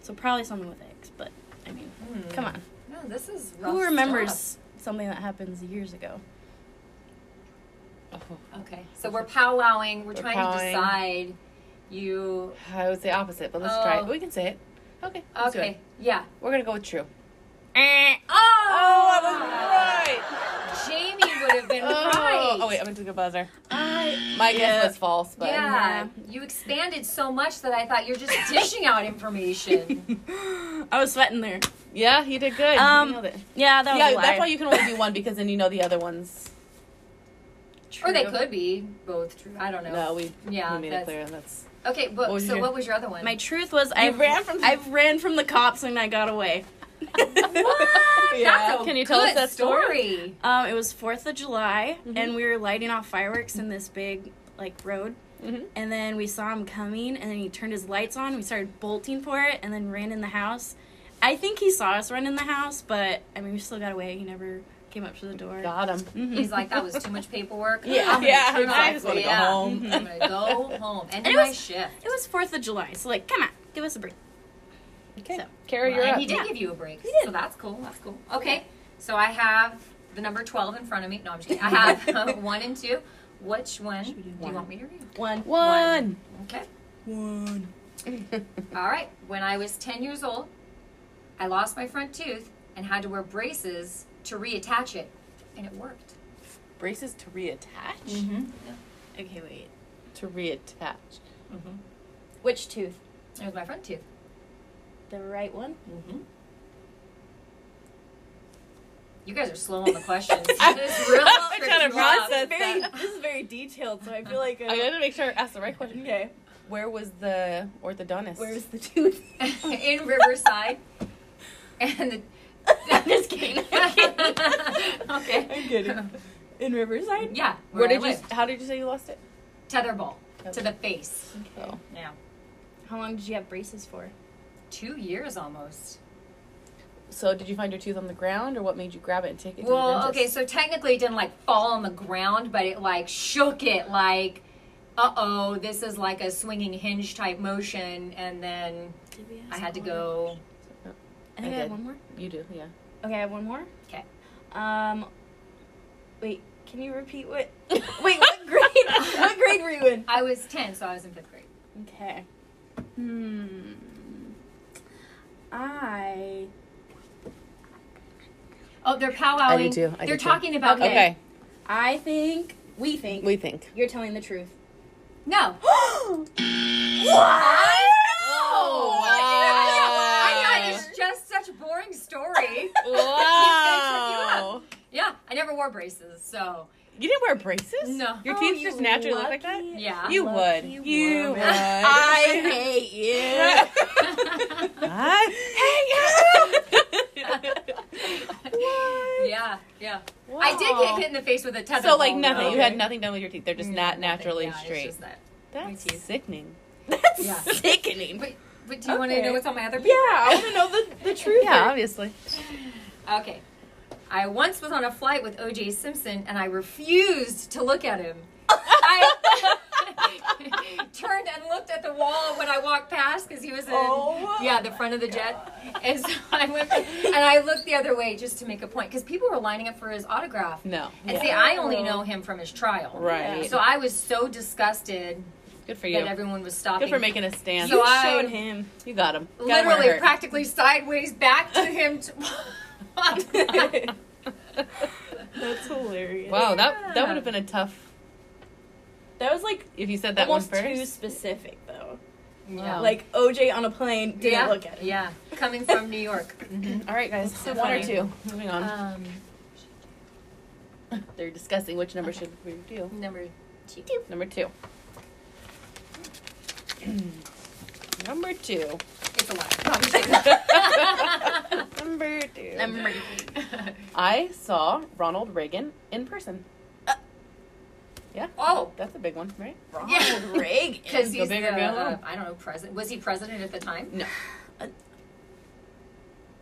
Speaker 3: So probably something with eggs, but I mean,
Speaker 1: Hmm.
Speaker 3: come on.
Speaker 1: No, this is rough
Speaker 3: Who remembers something that happens years ago?
Speaker 2: Oh,
Speaker 1: stuff. Okay, so we're powwowing. We're,
Speaker 2: We're
Speaker 1: trying to
Speaker 2: powwowing.
Speaker 1: decide. You
Speaker 2: I was the opposite, but let's try
Speaker 1: Oh.
Speaker 2: it. We can say it. Okay. let's do
Speaker 1: okay?
Speaker 2: it.
Speaker 1: Yeah.
Speaker 2: We're gonna go with true. Eh.
Speaker 1: Oh,
Speaker 2: right.
Speaker 1: Jamie would have been right.
Speaker 2: Oh, wait, I'm gonna do the buzzer.
Speaker 3: I
Speaker 2: My guess
Speaker 3: Yeah.
Speaker 2: was false, but
Speaker 1: yeah,
Speaker 3: Yeah.
Speaker 1: you expanded so much that I thought you're just dishing out information.
Speaker 3: I was sweating there.
Speaker 2: yeah, you did good. You
Speaker 3: Um,
Speaker 2: nailed it.
Speaker 3: Yeah, that was
Speaker 2: yeah,
Speaker 3: a lie.
Speaker 2: that's why you can only do one because then you know the other ones.
Speaker 1: Or they
Speaker 3: True.
Speaker 1: could be both true. I don't know.
Speaker 2: No, we
Speaker 1: Yeah,
Speaker 2: we made it
Speaker 1: that's-
Speaker 2: clear. That's
Speaker 1: Okay, but
Speaker 2: What was
Speaker 1: so
Speaker 2: your-
Speaker 1: what was your other one?
Speaker 3: My truth was I
Speaker 2: ran from-
Speaker 3: I ran from the cops and I got away.
Speaker 1: what?
Speaker 2: Yeah.
Speaker 1: That's a
Speaker 2: Can you tell us
Speaker 1: good
Speaker 2: that story?
Speaker 3: Um, it was Fourth of July,
Speaker 2: Mm-hmm.
Speaker 3: and we were lighting off fireworks in this big like road.
Speaker 2: Mhm.
Speaker 3: And then we saw him coming, and then he turned his lights on. We started bolting for it, and then ran in the house. I think he saw us run in the house, but I mean, we still got away. He never came up to the door.
Speaker 2: got him.
Speaker 1: He's like, that was too much paperwork.
Speaker 2: Yeah.
Speaker 1: I'm gonna
Speaker 2: Yeah,
Speaker 1: turn
Speaker 2: I
Speaker 1: off.
Speaker 2: just wanna go
Speaker 1: Yeah.
Speaker 2: home.
Speaker 1: I'm gonna go home. And,
Speaker 3: And it
Speaker 1: my
Speaker 3: was-
Speaker 1: shift.
Speaker 3: It was Fourth of July, so like, come on, give us a break.
Speaker 2: Okay,
Speaker 3: So-
Speaker 2: Carrie, you're
Speaker 1: and
Speaker 2: up.
Speaker 1: he did
Speaker 3: Yeah.
Speaker 1: give you a break.
Speaker 3: did.
Speaker 1: So that's cool. That's cool. Okay. So I have the number 12 in front of me. No, I'm just kidding. I have uh, one and two. Which one do you
Speaker 2: one?
Speaker 1: want me to read?
Speaker 3: One.
Speaker 2: One.
Speaker 1: Okay.
Speaker 3: One.
Speaker 1: All right. When I was 10 years old, I lost my front tooth and had to wear braces to reattach it. And it worked.
Speaker 2: Braces to reattach.
Speaker 3: Mm-hmm. Okay, wait.
Speaker 2: To reattach.
Speaker 3: Which tooth?
Speaker 1: It was my front tooth.
Speaker 3: The right one?
Speaker 1: You guys are slow on the questions.
Speaker 2: I'm
Speaker 1: This real
Speaker 2: trying to
Speaker 1: trips me
Speaker 2: process.
Speaker 1: up.
Speaker 2: That's
Speaker 3: Very,
Speaker 2: that.
Speaker 3: this is very detailed, so I feel like
Speaker 2: I
Speaker 3: uh,
Speaker 2: gotta make sure I ask the right question.
Speaker 3: okay.
Speaker 2: Where was the orthodontist?
Speaker 3: Where was the tooth?
Speaker 1: in Riverside. And the,
Speaker 3: I'm just kidding. I'm kidding.
Speaker 1: okay.
Speaker 2: I'm kidding.
Speaker 3: In Riverside?
Speaker 1: Yeah.
Speaker 2: Where
Speaker 1: I
Speaker 2: did you?
Speaker 1: live.
Speaker 2: How did you say you lost it?
Speaker 1: Tetherball to the face.
Speaker 2: Oh.
Speaker 1: Yeah.
Speaker 3: How long did you have braces for?
Speaker 1: Two years almost.
Speaker 2: So did you find your tooth on the ground, or what made you grab it and take it? to
Speaker 1: Well,
Speaker 2: the
Speaker 1: okay,
Speaker 2: dentist?
Speaker 1: so technically it didn't like fall on the ground, but it like shook it like, uh oh, this is like a swinging hinge type motion. And then
Speaker 3: Did we ask
Speaker 1: I had to
Speaker 3: one?
Speaker 1: go.
Speaker 3: I think
Speaker 2: I
Speaker 3: I, have
Speaker 2: did.
Speaker 3: one more.
Speaker 2: Oh, You do, yeah.
Speaker 3: Okay, I have one more.
Speaker 1: 'Kay.
Speaker 3: Um, wait. Can you repeat what? Wait, what grade? what grade were you in?
Speaker 1: I was 10, so I was in fifth grade.
Speaker 3: Okay. Hmm. I.
Speaker 1: Oh, they're powwowing.
Speaker 2: do too. I do
Speaker 1: they're
Speaker 2: too.
Speaker 1: talking about
Speaker 3: Okay.
Speaker 1: okay.
Speaker 2: Okay,
Speaker 3: I think we think
Speaker 2: we think.
Speaker 3: you're telling the truth.
Speaker 1: No.
Speaker 3: What?
Speaker 1: I thought it's just such a boring story.
Speaker 2: Wow.
Speaker 1: yeah, I never wore braces, so
Speaker 2: You didn't wear braces?
Speaker 1: No.
Speaker 2: Your
Speaker 3: Oh,
Speaker 2: teeth
Speaker 3: you
Speaker 2: just naturally look like that?
Speaker 3: lucky
Speaker 1: yeah.
Speaker 2: You would.
Speaker 3: lucky
Speaker 2: You would.
Speaker 3: woman. I hate you.
Speaker 2: I
Speaker 1: yeah, yeah. I did
Speaker 2: Wow.
Speaker 1: get hit in the face with a tether.
Speaker 2: So like
Speaker 1: pole,
Speaker 2: nothing.
Speaker 1: though. Mm,
Speaker 2: You had Mm, nothing done with your teeth. They're just not
Speaker 1: Nothing.
Speaker 2: naturally
Speaker 1: Yeah, it's
Speaker 2: straight.
Speaker 1: just that.
Speaker 2: That's
Speaker 1: teeth.
Speaker 2: sickening.
Speaker 3: That's
Speaker 1: Yeah.
Speaker 3: sickening.
Speaker 1: But, but do you want to
Speaker 2: Okay.
Speaker 1: know what's on my other
Speaker 3: Yeah,
Speaker 1: paper?
Speaker 3: I want to know the, the truth.
Speaker 2: Yeah, obviously.
Speaker 1: Okay. I once was on a flight with O.J. Simpson, and I refused to look at him. I turned and looked at the wall when I walked past because he was in
Speaker 3: Oh
Speaker 1: yeah the front of the jet, and so I went and I looked the other way just to make a point because people were lining up for his autograph.
Speaker 2: No.
Speaker 1: And see, I only know him from his trial.
Speaker 2: Right.
Speaker 1: So I was so disgusted
Speaker 2: Good for
Speaker 1: that
Speaker 2: you.
Speaker 1: everyone was stopping.
Speaker 2: Good for making a stand.
Speaker 1: So
Speaker 3: You
Speaker 1: I-
Speaker 3: showed him.
Speaker 2: you got him.
Speaker 1: literally practically sideways back to him. To-
Speaker 3: That's hilarious.
Speaker 2: Wow, that that
Speaker 1: Yeah.
Speaker 2: would have been a tough
Speaker 3: That was like
Speaker 2: if you said that
Speaker 3: almost
Speaker 2: one
Speaker 3: too
Speaker 2: first.
Speaker 3: specific though.
Speaker 1: yeah.
Speaker 3: Like OJ on a plane didn't
Speaker 1: Um, yeah,
Speaker 3: look at him.
Speaker 1: yeah, coming from New York.
Speaker 2: All right, guys,
Speaker 1: so
Speaker 2: one or
Speaker 1: funny.
Speaker 2: two. Moving on.
Speaker 1: Um,
Speaker 2: They're discussing which number should we do.
Speaker 1: number two.
Speaker 2: Number two. number two.
Speaker 1: It's a lot.
Speaker 2: number two.
Speaker 3: Number-
Speaker 2: I saw Ronald Reagan in person.
Speaker 1: oh,
Speaker 2: That's a big one, right?
Speaker 3: Ronald
Speaker 1: Yeah.
Speaker 3: Reagan.
Speaker 1: because
Speaker 2: Go
Speaker 1: he's
Speaker 2: big
Speaker 1: the,
Speaker 2: or go
Speaker 1: uh,
Speaker 2: home.
Speaker 1: I don't know, president. Was he president at the time?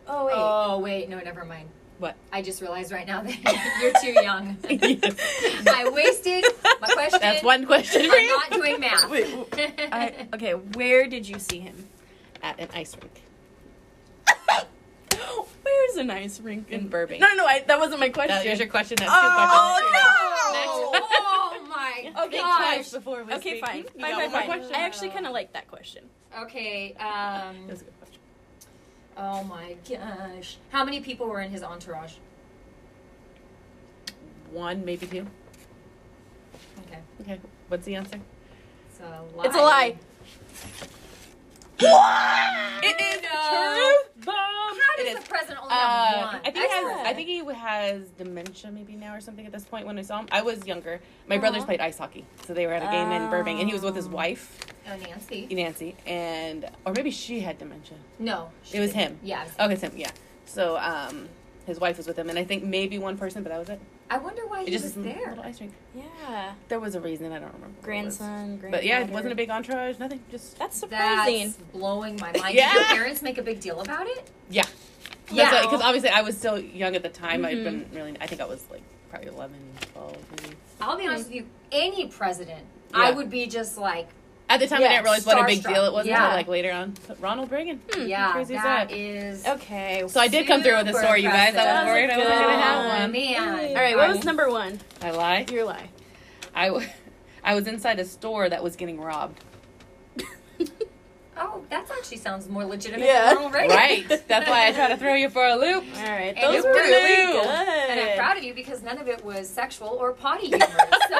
Speaker 3: Oh wait.
Speaker 1: Oh, wait, no, never mind.
Speaker 2: What?
Speaker 1: I just realized right now that you're too young. I wasted my question.
Speaker 2: That's one question for
Speaker 1: I'm
Speaker 2: you.
Speaker 1: not doing math.
Speaker 3: Wait, I, okay, where did you see him?
Speaker 2: At an ice rink.
Speaker 3: Where's a nice rink
Speaker 2: In Burbank.
Speaker 3: No, no, no. I, that wasn't my question.
Speaker 2: That, there's your question. That's two questions.
Speaker 3: oh
Speaker 2: Next.
Speaker 3: no!
Speaker 1: oh my
Speaker 3: Okay,
Speaker 1: gosh.
Speaker 2: before we
Speaker 3: Okay,
Speaker 2: speak.
Speaker 3: fine.
Speaker 2: You got
Speaker 3: Fine, fine,
Speaker 2: one more
Speaker 3: fine.
Speaker 2: question?
Speaker 3: I actually kind of like that question.
Speaker 1: Okay. Um,
Speaker 2: That's a good question.
Speaker 1: oh my gosh. How many people were in his entourage?
Speaker 2: One, maybe two.
Speaker 1: Okay.
Speaker 2: Okay. What's the answer?
Speaker 1: It's a lie.
Speaker 3: It's a lie.
Speaker 2: It is
Speaker 1: No.
Speaker 2: true. Bomb.
Speaker 1: How does
Speaker 2: It is.
Speaker 1: the president only have
Speaker 2: Uh,
Speaker 1: one?
Speaker 2: I think he has,
Speaker 3: Excellent.
Speaker 2: I think he has dementia maybe now or something at this point. When I saw him, I was younger. My brothers
Speaker 3: Aw.
Speaker 2: played ice hockey, so they were at a game in Burbank, and he was with his
Speaker 3: Oh.
Speaker 2: wife
Speaker 1: Oh, Nancy.
Speaker 2: Nancy, and or maybe she had dementia.
Speaker 1: No.
Speaker 2: It was him.
Speaker 1: Yeah. it was-
Speaker 2: Okay, Tim. Yeah. So um, his wife was with him, and I think maybe one person, but that was it.
Speaker 1: I wonder why
Speaker 2: It
Speaker 1: he
Speaker 2: just
Speaker 1: was
Speaker 2: was a
Speaker 1: there.
Speaker 2: little ice rink.
Speaker 3: Yeah.
Speaker 2: There was a reason I don't remember. what it was.
Speaker 3: Grandson,
Speaker 2: But yeah, it wasn't a big entourage. Nothing. Just
Speaker 3: That's surprising.
Speaker 1: That's blowing my mind.
Speaker 2: Yeah.
Speaker 1: Did your parents make a big deal about it?
Speaker 2: yeah.
Speaker 1: Yeah. Mm-hmm.
Speaker 2: Because obviously I was so young at the time. I'd
Speaker 3: Mhm.
Speaker 2: been really. I think I was like probably 11, 12 maybe.
Speaker 1: I'll be honest with you. Any president, I
Speaker 2: Yeah.
Speaker 1: would be just like,
Speaker 2: At the time, I
Speaker 3: Yeah,
Speaker 2: didn't realize what a big
Speaker 1: starstruck.
Speaker 2: deal it was
Speaker 1: Yeah.
Speaker 2: until like later on. But Ronald Reagan.
Speaker 1: yeah,
Speaker 2: Hmm, crazy is
Speaker 1: that
Speaker 2: that?
Speaker 1: is.
Speaker 3: okay.
Speaker 2: So I did come through with a
Speaker 1: super
Speaker 2: story, you guys. I was
Speaker 1: impressive.
Speaker 2: worried I wasn't
Speaker 3: That
Speaker 2: gonna
Speaker 3: was good.
Speaker 2: have one.
Speaker 1: man.
Speaker 3: All right. What was number one?
Speaker 2: I lie.
Speaker 3: Your lie.
Speaker 2: I, w- I was inside a store that was getting robbed.
Speaker 1: Oh, that actually sounds more legitimate
Speaker 3: Yeah.
Speaker 1: than Ronald Reagan.
Speaker 2: Right. That's why I try to throw you for a loop.
Speaker 3: All right.
Speaker 1: And you
Speaker 3: Those were
Speaker 1: blew.
Speaker 3: really good.
Speaker 1: And I'm proud of you because none of it was sexual or potty humor. So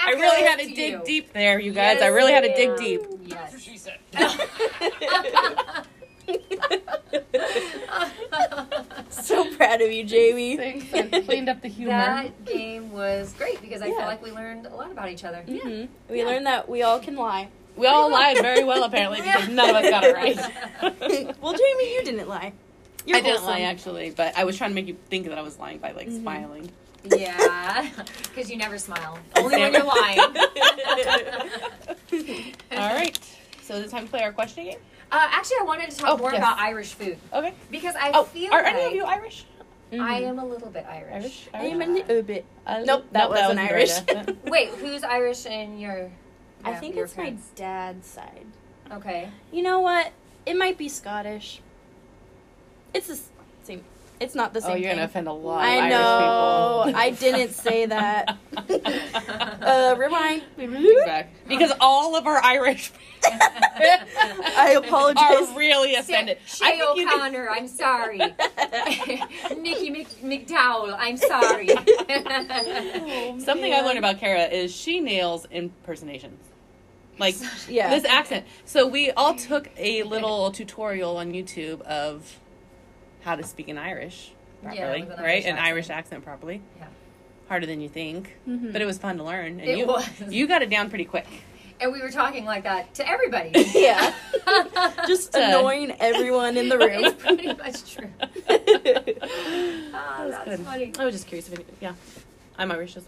Speaker 2: I really had to
Speaker 1: kudos
Speaker 2: dig
Speaker 1: you.
Speaker 2: deep there, you guys.
Speaker 1: Yes,
Speaker 2: I really had to dig
Speaker 1: ma'am.
Speaker 2: deep.
Speaker 1: Yes.
Speaker 3: so proud of you, Jamie.
Speaker 2: Thanks. I cleaned up the humor.
Speaker 1: that game was great because I
Speaker 3: Yeah.
Speaker 1: feel like we learned a lot about each other.
Speaker 3: Mhm. We learned that we all can lie.
Speaker 2: we all lied very well, apparently, because none of us got it right.
Speaker 3: well, Jamie, you didn't lie. You're
Speaker 2: I didn't
Speaker 3: wholesome.
Speaker 2: lie, actually, but I was trying to make you think that I was lying by, like, smiling.
Speaker 1: Yeah, because you never smile. Only when you're lying. uh,
Speaker 2: All right. So is it time to play our question game?
Speaker 1: Uh, actually, I wanted to talk
Speaker 2: Oh,
Speaker 1: more
Speaker 2: yes.
Speaker 1: about Irish food
Speaker 2: Okay.
Speaker 1: because I
Speaker 2: Oh,
Speaker 1: feel
Speaker 2: are
Speaker 1: like
Speaker 2: any of you Irish?
Speaker 3: Mm-hmm.
Speaker 1: I am a little bit
Speaker 2: Irish?
Speaker 1: Irish.
Speaker 3: I am a little bit.
Speaker 2: Uh,
Speaker 3: Nope, that wasn't Irish.
Speaker 2: accent.
Speaker 1: Wait, who's Irish in your?
Speaker 3: I
Speaker 1: yeah,
Speaker 3: think
Speaker 1: your
Speaker 3: it's
Speaker 1: parents?
Speaker 3: my dad's side.
Speaker 1: Okay.
Speaker 3: You know what? It might be Scottish. It's the s- same. It's not the same
Speaker 2: Oh, you're
Speaker 3: thing.
Speaker 2: gonna offend a lot of
Speaker 3: I
Speaker 2: Irish
Speaker 3: know.
Speaker 2: people.
Speaker 3: I didn't say that. uh, rewind.
Speaker 2: Back. Because all of our Irish
Speaker 3: I apologize.
Speaker 2: are really offended. I
Speaker 1: Shay
Speaker 2: think you did-
Speaker 1: O'Connor, I'm sorry. Nikki Mc- McDowell, I'm sorry.
Speaker 2: Something I learned about Kara is she nails impersonations. Like
Speaker 3: Yeah.
Speaker 2: this accent. So we all took a little tutorial on YouTube of how to speak in Irish
Speaker 1: Yeah,
Speaker 2: properly,
Speaker 1: with an
Speaker 2: right?
Speaker 1: Irish
Speaker 2: an
Speaker 1: accent.
Speaker 2: Irish accent properly.
Speaker 1: Yeah. Mm-hmm.
Speaker 2: Harder than you think,
Speaker 3: Mhm.
Speaker 2: but it was fun to learn. And
Speaker 1: It
Speaker 2: you,
Speaker 1: was.
Speaker 2: you got it down pretty quick.
Speaker 1: and we were talking like that to everybody.
Speaker 3: yeah.
Speaker 1: it's
Speaker 3: Just
Speaker 2: uh,
Speaker 3: annoying everyone in the room.
Speaker 1: pretty much true.
Speaker 2: I
Speaker 1: Oh,
Speaker 2: was
Speaker 1: that's
Speaker 2: good.
Speaker 1: funny.
Speaker 2: was just curious if any, yeah, I'm Irish. as-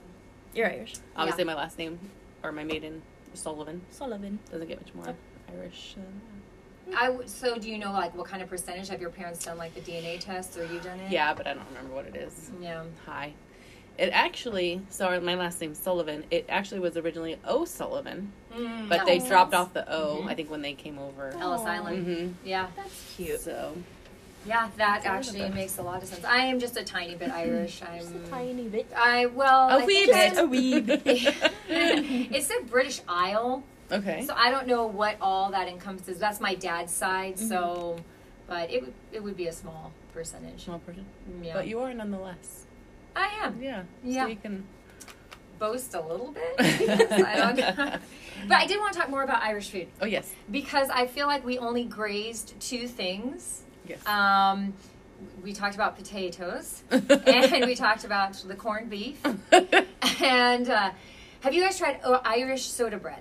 Speaker 3: You're Irish.
Speaker 2: Obviously, my last name or my maiden Sullivan
Speaker 3: Sullivan.
Speaker 2: doesn't get much more Irish. than that.
Speaker 1: I w- so do you know like what kind of percentage have your parents done like the DNA test or you done it?
Speaker 2: Yeah, but I don't remember what it is.
Speaker 1: Yeah.
Speaker 2: Hi. It actually, sorry, my last name's Sullivan. It actually was originally O'Sullivan,
Speaker 1: Mm,
Speaker 2: but they
Speaker 1: oh,
Speaker 2: dropped off the O, I
Speaker 1: Mhm.
Speaker 2: think, when they came over.
Speaker 1: Ellis Island.
Speaker 2: Mm-hmm.
Speaker 1: Yeah.
Speaker 3: That's cute.
Speaker 2: So,
Speaker 1: Yeah, that
Speaker 2: I remember.
Speaker 1: actually makes a lot of sense. I am just a tiny bit Irish. I'm
Speaker 3: Just a tiny bit.
Speaker 1: I well Oh, I
Speaker 2: a wee
Speaker 1: think
Speaker 2: bit.
Speaker 1: I'm-
Speaker 3: a wee bit.
Speaker 1: it said British Isle,
Speaker 2: okay.
Speaker 1: so I don't know what all that encompasses. That's my dad's side, so but it would it would be a small percentage.
Speaker 2: Small person.
Speaker 1: Yeah,
Speaker 2: But you are nonetheless.
Speaker 1: I am
Speaker 2: Yeah.
Speaker 1: Yeah.
Speaker 2: So you can.
Speaker 1: boast a little bit. I don't know. But I did want to talk more about Irish food
Speaker 2: Oh, yes.
Speaker 1: because I feel like we only grazed two things.
Speaker 2: Yes.
Speaker 1: Um, we talked about potatoes, and we talked about the corned beef. And uh, have you guys tried uh, Irish soda bread?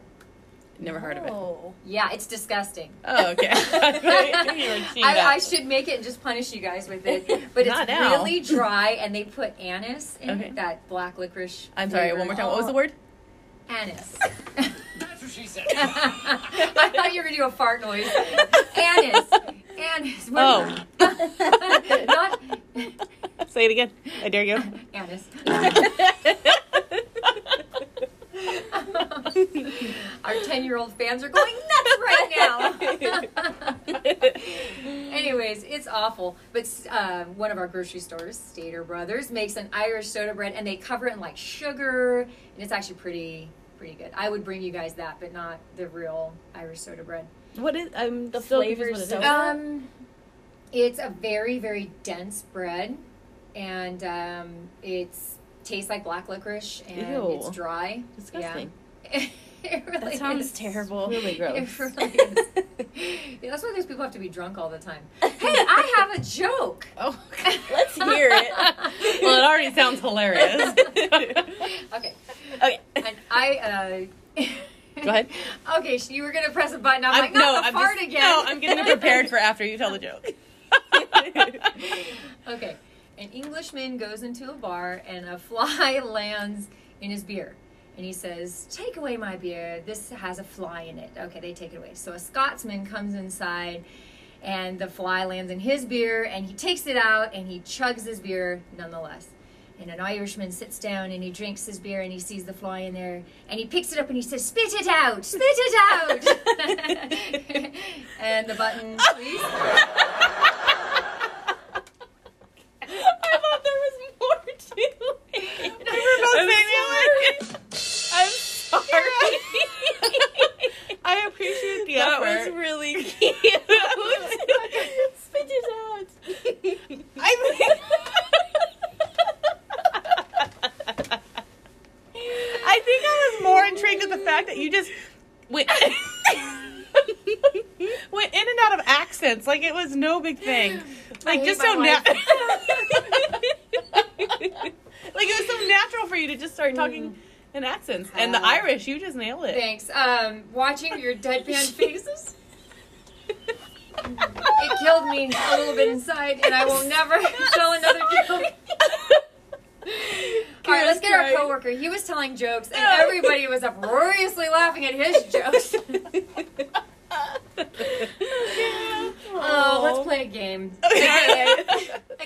Speaker 2: Never heard of it. Oh,
Speaker 3: Oh.
Speaker 1: Yeah, it's disgusting.
Speaker 2: okay. I, you were teeing
Speaker 1: I,
Speaker 2: up.
Speaker 1: I should make it and just punish you guys with it, but
Speaker 2: Not
Speaker 1: it's
Speaker 2: now.
Speaker 1: really dry, and they put anise in
Speaker 2: Okay.
Speaker 1: it, that black licorice.
Speaker 2: I'm sorry, one more time. What was the word?
Speaker 1: Anise. I thought you were gonna do a fart noise. Anise. Anise.
Speaker 2: Oh.
Speaker 1: Not
Speaker 2: Say it again. I dare you.
Speaker 1: anise. Our ten-year-old fans are going nuts right now. Anyways, it's awful. But uh, one of our grocery stores, Stater Brothers, makes an Irish soda bread, and they cover it in like sugar, and it's actually pretty pretty good. I would bring you guys that, but not the real Irish soda bread.
Speaker 2: what is I'm
Speaker 3: The
Speaker 2: still confused what
Speaker 3: flavors
Speaker 2: it is.
Speaker 3: so-
Speaker 1: Um, it's a very very dense bread, and um, it's tastes like black licorice, and
Speaker 2: Ew.
Speaker 1: it's dry. Yeah.
Speaker 2: Disgusting.
Speaker 1: it really
Speaker 3: That sounds
Speaker 1: is.
Speaker 3: terrible.
Speaker 2: Really
Speaker 1: It
Speaker 2: gross.
Speaker 1: really is. Yeah, that's why those people have to be drunk all the time. Hey, I have a joke.
Speaker 2: oh.
Speaker 3: Let's hear it.
Speaker 2: well, it already sounds hilarious.
Speaker 1: Okay,
Speaker 3: Okay.
Speaker 1: and I. Uh,
Speaker 2: Go ahead.
Speaker 1: Okay, so you were gonna press a button. I'm,
Speaker 2: I'm-
Speaker 1: like, not the
Speaker 2: I'm
Speaker 1: fart
Speaker 2: just-
Speaker 1: again.
Speaker 2: No, I'm getting prepared for after you tell the joke.
Speaker 1: Okay. An Englishman goes into a bar and a fly lands in his beer. And he says, Take away my beer. This has a fly in it. Okay, they take it away. So a Scotsman comes inside and the fly lands in his beer and he takes it out and he chugs his beer nonetheless. And an Irishman sits down and he drinks his beer and he sees the fly in there and he picks it up and he says, Spit it out! Spit it out! and the button, please.
Speaker 2: I thought there was more to it. I'm sorry. I'm sorry. I appreciate the
Speaker 3: That
Speaker 2: effort.
Speaker 3: was really cute. Spit it out.
Speaker 2: I think I was more intrigued with the fact that you just went went in and out of accents like it was no big thing. Like
Speaker 1: hate
Speaker 2: just
Speaker 1: my
Speaker 2: so
Speaker 1: life.
Speaker 2: natural. like it was so natural for you to just start
Speaker 1: Mm.
Speaker 2: talking in accents. And the
Speaker 1: Uh,
Speaker 2: Irish, you just nailed it.
Speaker 1: Thanks. Um, watching your deadpan faces, it killed me a little bit inside, and I will never tell another joke. All right, let's get our coworker. He was telling jokes, and everybody was uproariously laughing at his jokes. Oh, let's play a game. a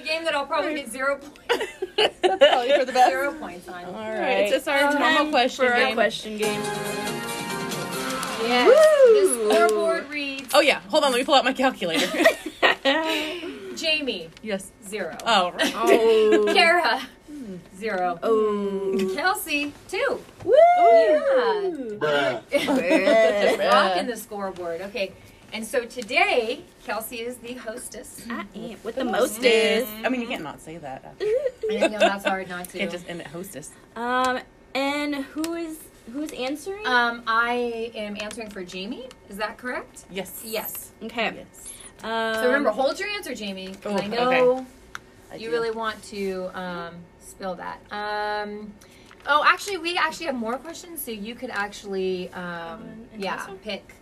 Speaker 1: game that I'll probably get zero points.
Speaker 2: Probably for the best.
Speaker 1: Zero points on.
Speaker 2: All right, it's just our normal
Speaker 3: Time
Speaker 2: question.
Speaker 3: for our
Speaker 2: game.
Speaker 3: question game.
Speaker 1: Yes.
Speaker 2: Woo!
Speaker 1: The scoreboard reads
Speaker 2: Oh yeah, hold on. Let me pull out my calculator.
Speaker 1: Jamie,
Speaker 2: yes.
Speaker 1: Zero.
Speaker 2: Oh, right.
Speaker 3: Oh.
Speaker 1: Kara.
Speaker 2: Hmm.
Speaker 1: Zero.
Speaker 3: oh.
Speaker 1: Kelsey. Two.
Speaker 3: Woo!
Speaker 4: Bruh.
Speaker 1: Just
Speaker 3: Bruh.
Speaker 1: rocking the scoreboard. Okay. And so today, Kelsey is the hostess.
Speaker 3: I am with the
Speaker 2: Hostess.
Speaker 3: mostest.
Speaker 2: I mean, you can't not say that. You
Speaker 1: I know that's hard not to.
Speaker 2: can't just end it hostess.
Speaker 3: Um, and who is who's answering?
Speaker 1: um, I am answering for Jamie. Is that correct?
Speaker 2: Yes.
Speaker 1: Yes.
Speaker 3: okay.
Speaker 2: Yes.
Speaker 3: Um,
Speaker 1: So remember, hold your answer, Jamie. 'cause
Speaker 2: Oh,
Speaker 1: I know
Speaker 2: okay. I
Speaker 1: you
Speaker 2: do.
Speaker 1: really want to um, spill that. Um, oh, actually, we actually have more questions, so you could actually, um,
Speaker 3: Um, and
Speaker 1: yeah,
Speaker 3: this one?
Speaker 1: pick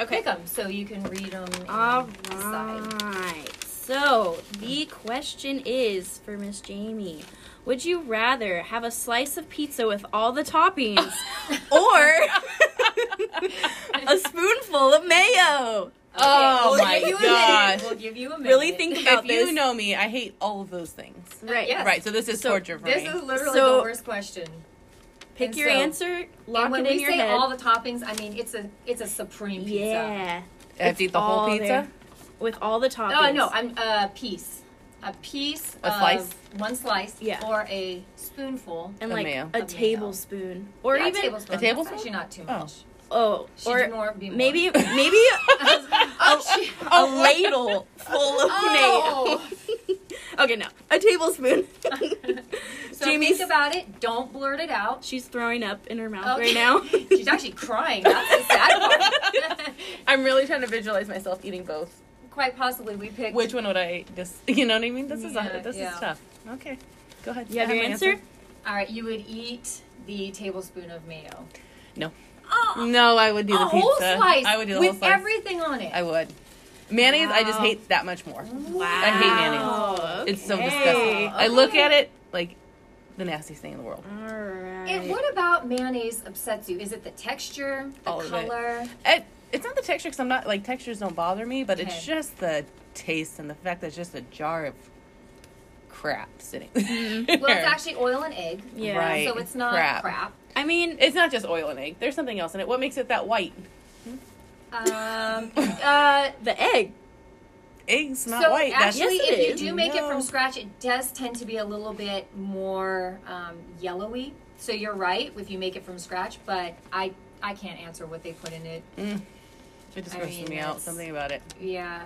Speaker 3: Okay.
Speaker 1: pick them so you can read them.
Speaker 2: Ah.
Speaker 3: All
Speaker 1: Decide.
Speaker 3: right. So the question is for Miss Jamie: Would you rather have a slice of pizza with all the toppings, Oh or a spoonful of mayo?
Speaker 2: Oh
Speaker 1: we'll
Speaker 2: my
Speaker 1: give you a
Speaker 2: gosh.
Speaker 1: minute. We'll give you a minute.
Speaker 3: Really think about
Speaker 2: If
Speaker 3: this.
Speaker 2: you know me, I hate all of those things.
Speaker 3: right.
Speaker 1: Yes.
Speaker 2: Right. So this is
Speaker 3: So
Speaker 2: torture for
Speaker 1: This
Speaker 2: me.
Speaker 1: is literally
Speaker 3: So-
Speaker 1: the worst question.
Speaker 3: Pick
Speaker 1: And
Speaker 3: your
Speaker 1: so-
Speaker 3: answer. Lock
Speaker 1: and when
Speaker 3: it in
Speaker 1: we
Speaker 3: your
Speaker 1: say
Speaker 3: head.
Speaker 1: all the toppings, I mean it's a it's a supreme pizza.
Speaker 3: yeah.
Speaker 2: I have to eat the
Speaker 3: all
Speaker 2: whole pizza.
Speaker 3: there. With all the toppings.
Speaker 1: Oh no, I'm a piece, a piece,
Speaker 2: A
Speaker 1: of
Speaker 2: slice?
Speaker 1: one slice,
Speaker 3: Yeah.
Speaker 1: or a spoonful.
Speaker 3: and
Speaker 2: Of
Speaker 3: like
Speaker 2: mayo.
Speaker 3: a
Speaker 1: Of
Speaker 3: tablespoon, or
Speaker 1: Yeah,
Speaker 3: even
Speaker 1: tablespoon.
Speaker 2: a tablespoon?
Speaker 1: That's actually not too
Speaker 2: Oh.
Speaker 1: much.
Speaker 3: oh,
Speaker 1: Should
Speaker 3: or
Speaker 1: do more, be more.
Speaker 3: maybe maybe
Speaker 1: Oh, she-
Speaker 3: a ladle full of
Speaker 1: Oh.
Speaker 3: mayo. okay, no, a tablespoon.
Speaker 1: So
Speaker 3: Jamie's-
Speaker 1: think about it. Don't blurt it out.
Speaker 3: She's throwing up in her mouth
Speaker 1: Okay.
Speaker 3: right now.
Speaker 1: She's actually crying. That's the sad part.
Speaker 2: I'm really trying to visualize myself eating both.
Speaker 1: Quite possibly, we picked.
Speaker 2: Which one would I just? You know what I mean? This is
Speaker 1: Yeah,
Speaker 2: a, this
Speaker 1: yeah.
Speaker 2: is tough. Okay, go ahead.
Speaker 3: You have
Speaker 2: I
Speaker 3: your
Speaker 2: my
Speaker 3: answer?
Speaker 1: All right, you would eat the tablespoon of mayo.
Speaker 2: No.
Speaker 1: Oh,
Speaker 2: No, I would do
Speaker 1: a
Speaker 2: the
Speaker 1: whole
Speaker 2: pizza.
Speaker 1: slice.
Speaker 2: I would do the
Speaker 1: with
Speaker 2: whole slice.
Speaker 1: everything on it.
Speaker 2: I would. Mayonnaise, I just
Speaker 3: Wow.
Speaker 2: hate that much more.
Speaker 1: Wow.
Speaker 2: I hate mayonnaise. It's so disgusting. I look
Speaker 1: Okay.
Speaker 2: at it like the nastiest thing in the world.
Speaker 3: All right.
Speaker 1: And what about mayonnaise upsets you? Is it the texture, the
Speaker 2: All of it.
Speaker 1: color?
Speaker 2: It, it's not the texture because I'm not like textures don't bother me, but it's
Speaker 1: Okay.
Speaker 2: just the taste and the fact that it's just a jar of crap sitting.
Speaker 1: Well, it's actually oil and egg,
Speaker 3: yeah.
Speaker 2: Right.
Speaker 1: so it's not
Speaker 2: Crap.
Speaker 1: crap.
Speaker 3: I mean,
Speaker 2: It's not just oil and egg. There's something else in it. What makes it that white?
Speaker 1: Um, uh,
Speaker 3: the egg.
Speaker 2: Eggs not
Speaker 1: so
Speaker 2: white. That's
Speaker 1: actually,
Speaker 3: Yes, it
Speaker 1: if
Speaker 3: is.
Speaker 1: you do make it
Speaker 2: No.
Speaker 1: from scratch, it does tend to be a little bit more um, yellowy. So you're right if you make it from scratch, but I I can't answer what they put in it.
Speaker 2: it just
Speaker 1: I
Speaker 2: grosses
Speaker 1: mean,
Speaker 2: me out.
Speaker 1: that's-
Speaker 2: Something about it.
Speaker 1: Yeah,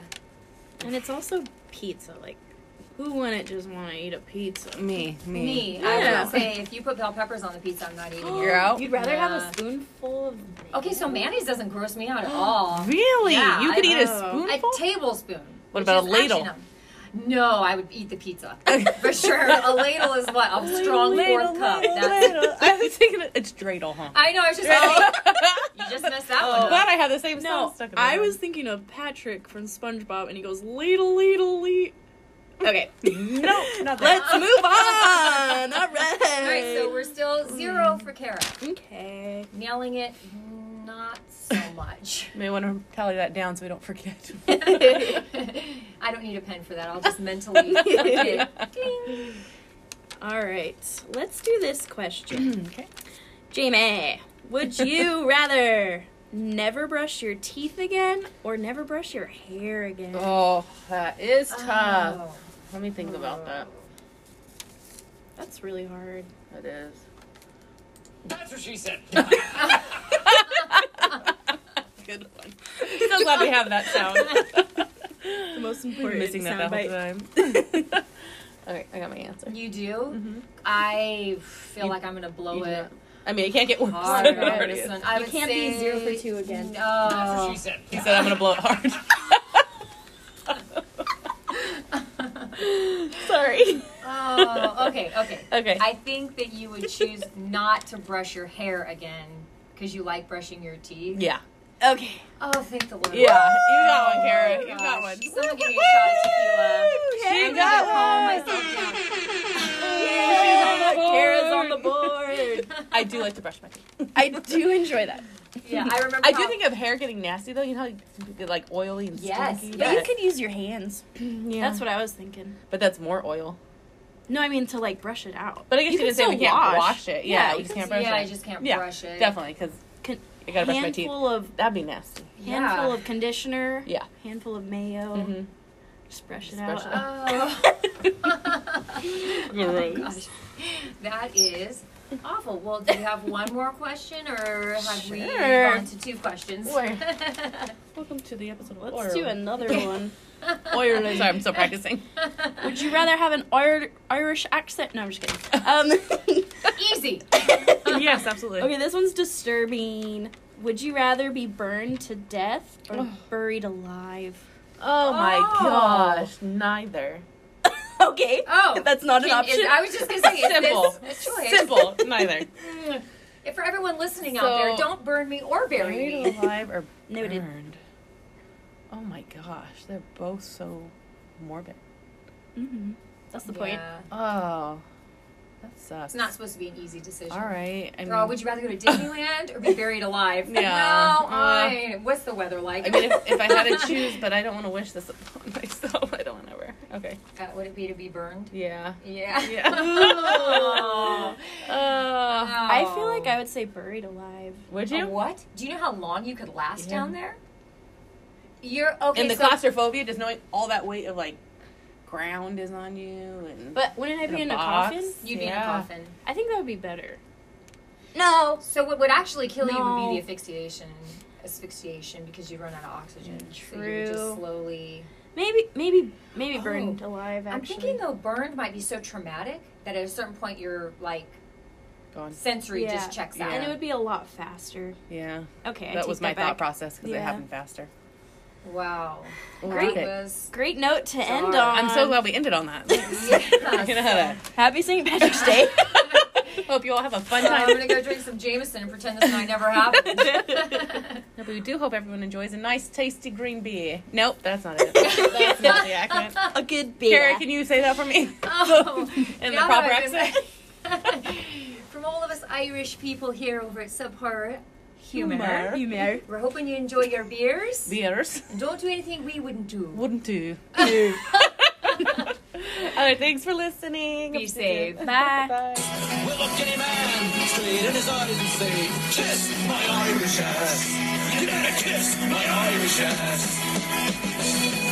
Speaker 3: And it's also pizza. Like, who wouldn't just want to eat a pizza?
Speaker 2: Me, me,
Speaker 1: me. I
Speaker 3: Yeah.
Speaker 1: would say if you put bell peppers on the pizza, I'm not eating it.
Speaker 2: You're out.
Speaker 3: You'd rather have
Speaker 1: Yeah.
Speaker 3: a spoonful of. Mayo.
Speaker 1: Okay, so mayonnaise doesn't gross me out at all.
Speaker 2: Really?
Speaker 1: Yeah,
Speaker 2: you could
Speaker 1: I
Speaker 2: eat a
Speaker 3: know.
Speaker 1: A
Speaker 2: spoonful.
Speaker 1: tablespoon.
Speaker 2: What
Speaker 1: which
Speaker 2: about a
Speaker 1: is actually
Speaker 2: ladle?
Speaker 1: not- No, I would eat the pizza for sure. A ladle is what a strong fourth cup. That's,
Speaker 2: I was thinking it- it's dreidel, huh?
Speaker 1: I know. I was just like, you just messed that
Speaker 2: I'm
Speaker 1: one
Speaker 2: glad
Speaker 1: up.
Speaker 2: I had the same
Speaker 3: No,
Speaker 2: song stuck in my
Speaker 3: I
Speaker 2: head.
Speaker 3: was thinking of Patrick from SpongeBob, and he goes ladle, ladle, ladle. Okay,
Speaker 2: no, not that.
Speaker 3: let's move on. All right.
Speaker 1: All right, so we're still zero for Kara.
Speaker 3: okay.
Speaker 1: Nailing it, not so much.
Speaker 2: May want to tally that down so we don't forget. Hmm,
Speaker 1: I don't need a pen for that. I'll just mentally. Okay. Ding.
Speaker 3: All right, let's do this question,
Speaker 2: okay.
Speaker 3: Jamie. Would you rather never brush your teeth again or never brush your hair again?
Speaker 2: Oh, that is tough.
Speaker 1: Oh.
Speaker 2: Let me think about that.
Speaker 3: That's really hard.
Speaker 2: That is.
Speaker 5: That's what she said.
Speaker 2: Good one. So glad we have that sound.
Speaker 3: The most
Speaker 2: We're
Speaker 3: important
Speaker 2: missing that the whole
Speaker 3: soundbite.
Speaker 2: time. okay, I got my answer.
Speaker 1: You do? I feel like I'm gonna blow
Speaker 2: Mm-hmm. You do
Speaker 1: it.
Speaker 2: not. I mean, it can't get worse.
Speaker 1: hard
Speaker 2: than it
Speaker 1: on
Speaker 2: already
Speaker 1: this
Speaker 2: is.
Speaker 1: one. I
Speaker 3: You
Speaker 1: would
Speaker 3: can't be
Speaker 1: say-
Speaker 3: zero for two again.
Speaker 5: That's what
Speaker 1: No.
Speaker 5: she said.
Speaker 2: He said I'm gonna blow it hard. Sorry.
Speaker 1: oh, okay, okay.
Speaker 2: Okay.
Speaker 1: I think that you would choose not to brush your hair again because you like brushing your teeth.
Speaker 2: yeah.
Speaker 3: Okay.
Speaker 1: Oh, thank the Lord.
Speaker 2: Yeah. You got one, Kara.
Speaker 1: Oh,
Speaker 2: You
Speaker 1: gosh.
Speaker 2: got one.
Speaker 1: Someone give me a shot of tequila.
Speaker 2: She
Speaker 1: I'm gonna
Speaker 2: got
Speaker 1: calm
Speaker 2: one.
Speaker 1: myself down.
Speaker 3: Yeah, Kara's on the
Speaker 2: board.
Speaker 3: board.
Speaker 2: I do like to brush my teeth.
Speaker 3: I do enjoy that.
Speaker 1: Yeah, I remember.
Speaker 2: I do
Speaker 1: how-
Speaker 2: think of hair getting nasty though. You know how you get like oily and
Speaker 1: Yes,
Speaker 2: stinky.
Speaker 3: But
Speaker 1: yes.
Speaker 3: you could use your hands.
Speaker 2: yeah.
Speaker 3: That's what I was thinking.
Speaker 2: But that's more oil.
Speaker 3: No, I mean to like brush it out.
Speaker 2: But I guess you,
Speaker 3: can
Speaker 2: didn't say we
Speaker 3: still
Speaker 2: can't wash, it. Yeah, we just can't brush
Speaker 1: yeah,
Speaker 2: it.
Speaker 1: I just can't
Speaker 2: Yeah,
Speaker 1: brush it.
Speaker 2: Definitely, because
Speaker 3: Can-
Speaker 2: I gotta brush my teeth.
Speaker 3: handful of
Speaker 2: That'd be nasty.
Speaker 1: Yeah.
Speaker 3: handful of conditioner.
Speaker 2: Yeah.
Speaker 3: Handful of mayo.
Speaker 2: Mhm.
Speaker 3: Spresh it
Speaker 2: Spresh
Speaker 3: out.
Speaker 2: it out.
Speaker 1: Oh,
Speaker 2: Gross.
Speaker 1: that is awful. Well, do you have one more question, or have we
Speaker 2: Sure.
Speaker 1: gone to two questions?
Speaker 2: Or- Welcome to the episode. of
Speaker 3: Let's do
Speaker 2: Ireland.
Speaker 3: another one.
Speaker 2: Ireland. Sorry, I'm still practicing.
Speaker 3: Would you rather have an Ir- Irish accent? No, I'm just kidding. Um,
Speaker 1: Easy.
Speaker 2: yes, absolutely.
Speaker 3: Okay, this one's disturbing. Would you rather be burned to death or
Speaker 2: Ugh.
Speaker 3: buried alive?
Speaker 2: Oh my
Speaker 1: Oh.
Speaker 2: gosh, neither.
Speaker 3: okay.
Speaker 1: Oh,
Speaker 3: That's not an
Speaker 1: Can- is-
Speaker 3: option.
Speaker 1: I was just going to say, is
Speaker 2: Simple.
Speaker 1: this a choice?
Speaker 2: Simple, neither.
Speaker 1: If for everyone listening out there,
Speaker 2: So-
Speaker 1: don't burn me or bury me.
Speaker 2: alive or
Speaker 3: Noted.
Speaker 2: burned. Oh my gosh, they're both so morbid.
Speaker 3: hmm That's the point.
Speaker 1: Yeah.
Speaker 2: Oh, that sucks.
Speaker 1: It's not supposed to be an easy decision.
Speaker 2: All right. I mean,
Speaker 1: Girl, would you rather go to Disneyland or be buried alive?
Speaker 2: Yeah.
Speaker 1: Well,
Speaker 2: Uh,
Speaker 1: I, what's the weather like?
Speaker 2: I mean, if, if I had to choose, but I don't want to wish this upon myself. I don't want to ever. Okay.
Speaker 1: Uh, would it be to be burned?
Speaker 2: Yeah.
Speaker 1: Yeah.
Speaker 2: Yeah.
Speaker 1: Oh.
Speaker 2: Uh,
Speaker 3: I feel like I would say buried alive.
Speaker 2: would
Speaker 1: A
Speaker 2: you?
Speaker 1: what? Do you know how long you could last
Speaker 2: Yeah.
Speaker 1: down there? You're okay.
Speaker 2: and the
Speaker 1: so,
Speaker 2: claustrophobia, just knowing all that weight of like ground is on you, and
Speaker 3: But wouldn't I be in a,
Speaker 2: box.
Speaker 3: coffin?
Speaker 1: You'd be in
Speaker 2: Yeah.
Speaker 1: a coffin.
Speaker 3: I think that would be better.
Speaker 1: No. So what would actually kill you would
Speaker 3: No.
Speaker 1: be the asphyxiation, asphyxiation because you'd run out of oxygen. So you would
Speaker 3: True.
Speaker 1: just slowly.
Speaker 3: Maybe, maybe, maybe
Speaker 1: Oh.
Speaker 3: burned alive.
Speaker 1: I'm
Speaker 3: Actually,
Speaker 1: thinking though, burned might be so traumatic that at a certain point your like
Speaker 2: Gone.
Speaker 1: sensory
Speaker 3: Yeah.
Speaker 1: just checks out.
Speaker 3: and it would be a lot faster.
Speaker 2: Yeah,
Speaker 3: Okay, I
Speaker 2: that
Speaker 3: take
Speaker 2: was my
Speaker 3: back.
Speaker 2: thought process because it
Speaker 3: Yeah.
Speaker 2: happened faster.
Speaker 1: Wow.
Speaker 3: Great.
Speaker 1: That
Speaker 2: Okay.
Speaker 1: was.
Speaker 3: Great note to end on.
Speaker 1: Sorry.
Speaker 2: I'm so glad we ended on that. We're gonna have
Speaker 3: Happy St. Patrick's Day.
Speaker 2: a- Hope you all have a fun
Speaker 1: So I'm
Speaker 2: time.
Speaker 1: gonna go drink some Jameson and pretend this night never happened.
Speaker 2: No, but we do hope everyone enjoys a nice, tasty green beer. Nope, that's not it. that's not the accent.
Speaker 3: a
Speaker 2: Kara,
Speaker 3: good beer.
Speaker 2: can you say that for me?
Speaker 1: Oh,
Speaker 2: In the
Speaker 1: now
Speaker 2: proper
Speaker 1: that I've been-
Speaker 2: accent.
Speaker 1: From all of us Irish people here over at Sub Horror Humor,
Speaker 2: Humor.
Speaker 3: You may.
Speaker 1: we're hoping you enjoy your beers.
Speaker 2: Beers.
Speaker 1: Don't do anything we wouldn't do.
Speaker 2: Wouldn't do. All right, thanks for listening.
Speaker 1: Be safe.
Speaker 3: Bye.
Speaker 2: Bye.
Speaker 5: We'll look any man straight in his eyes and say, Kiss my Irish ass. You better kiss my Irish ass.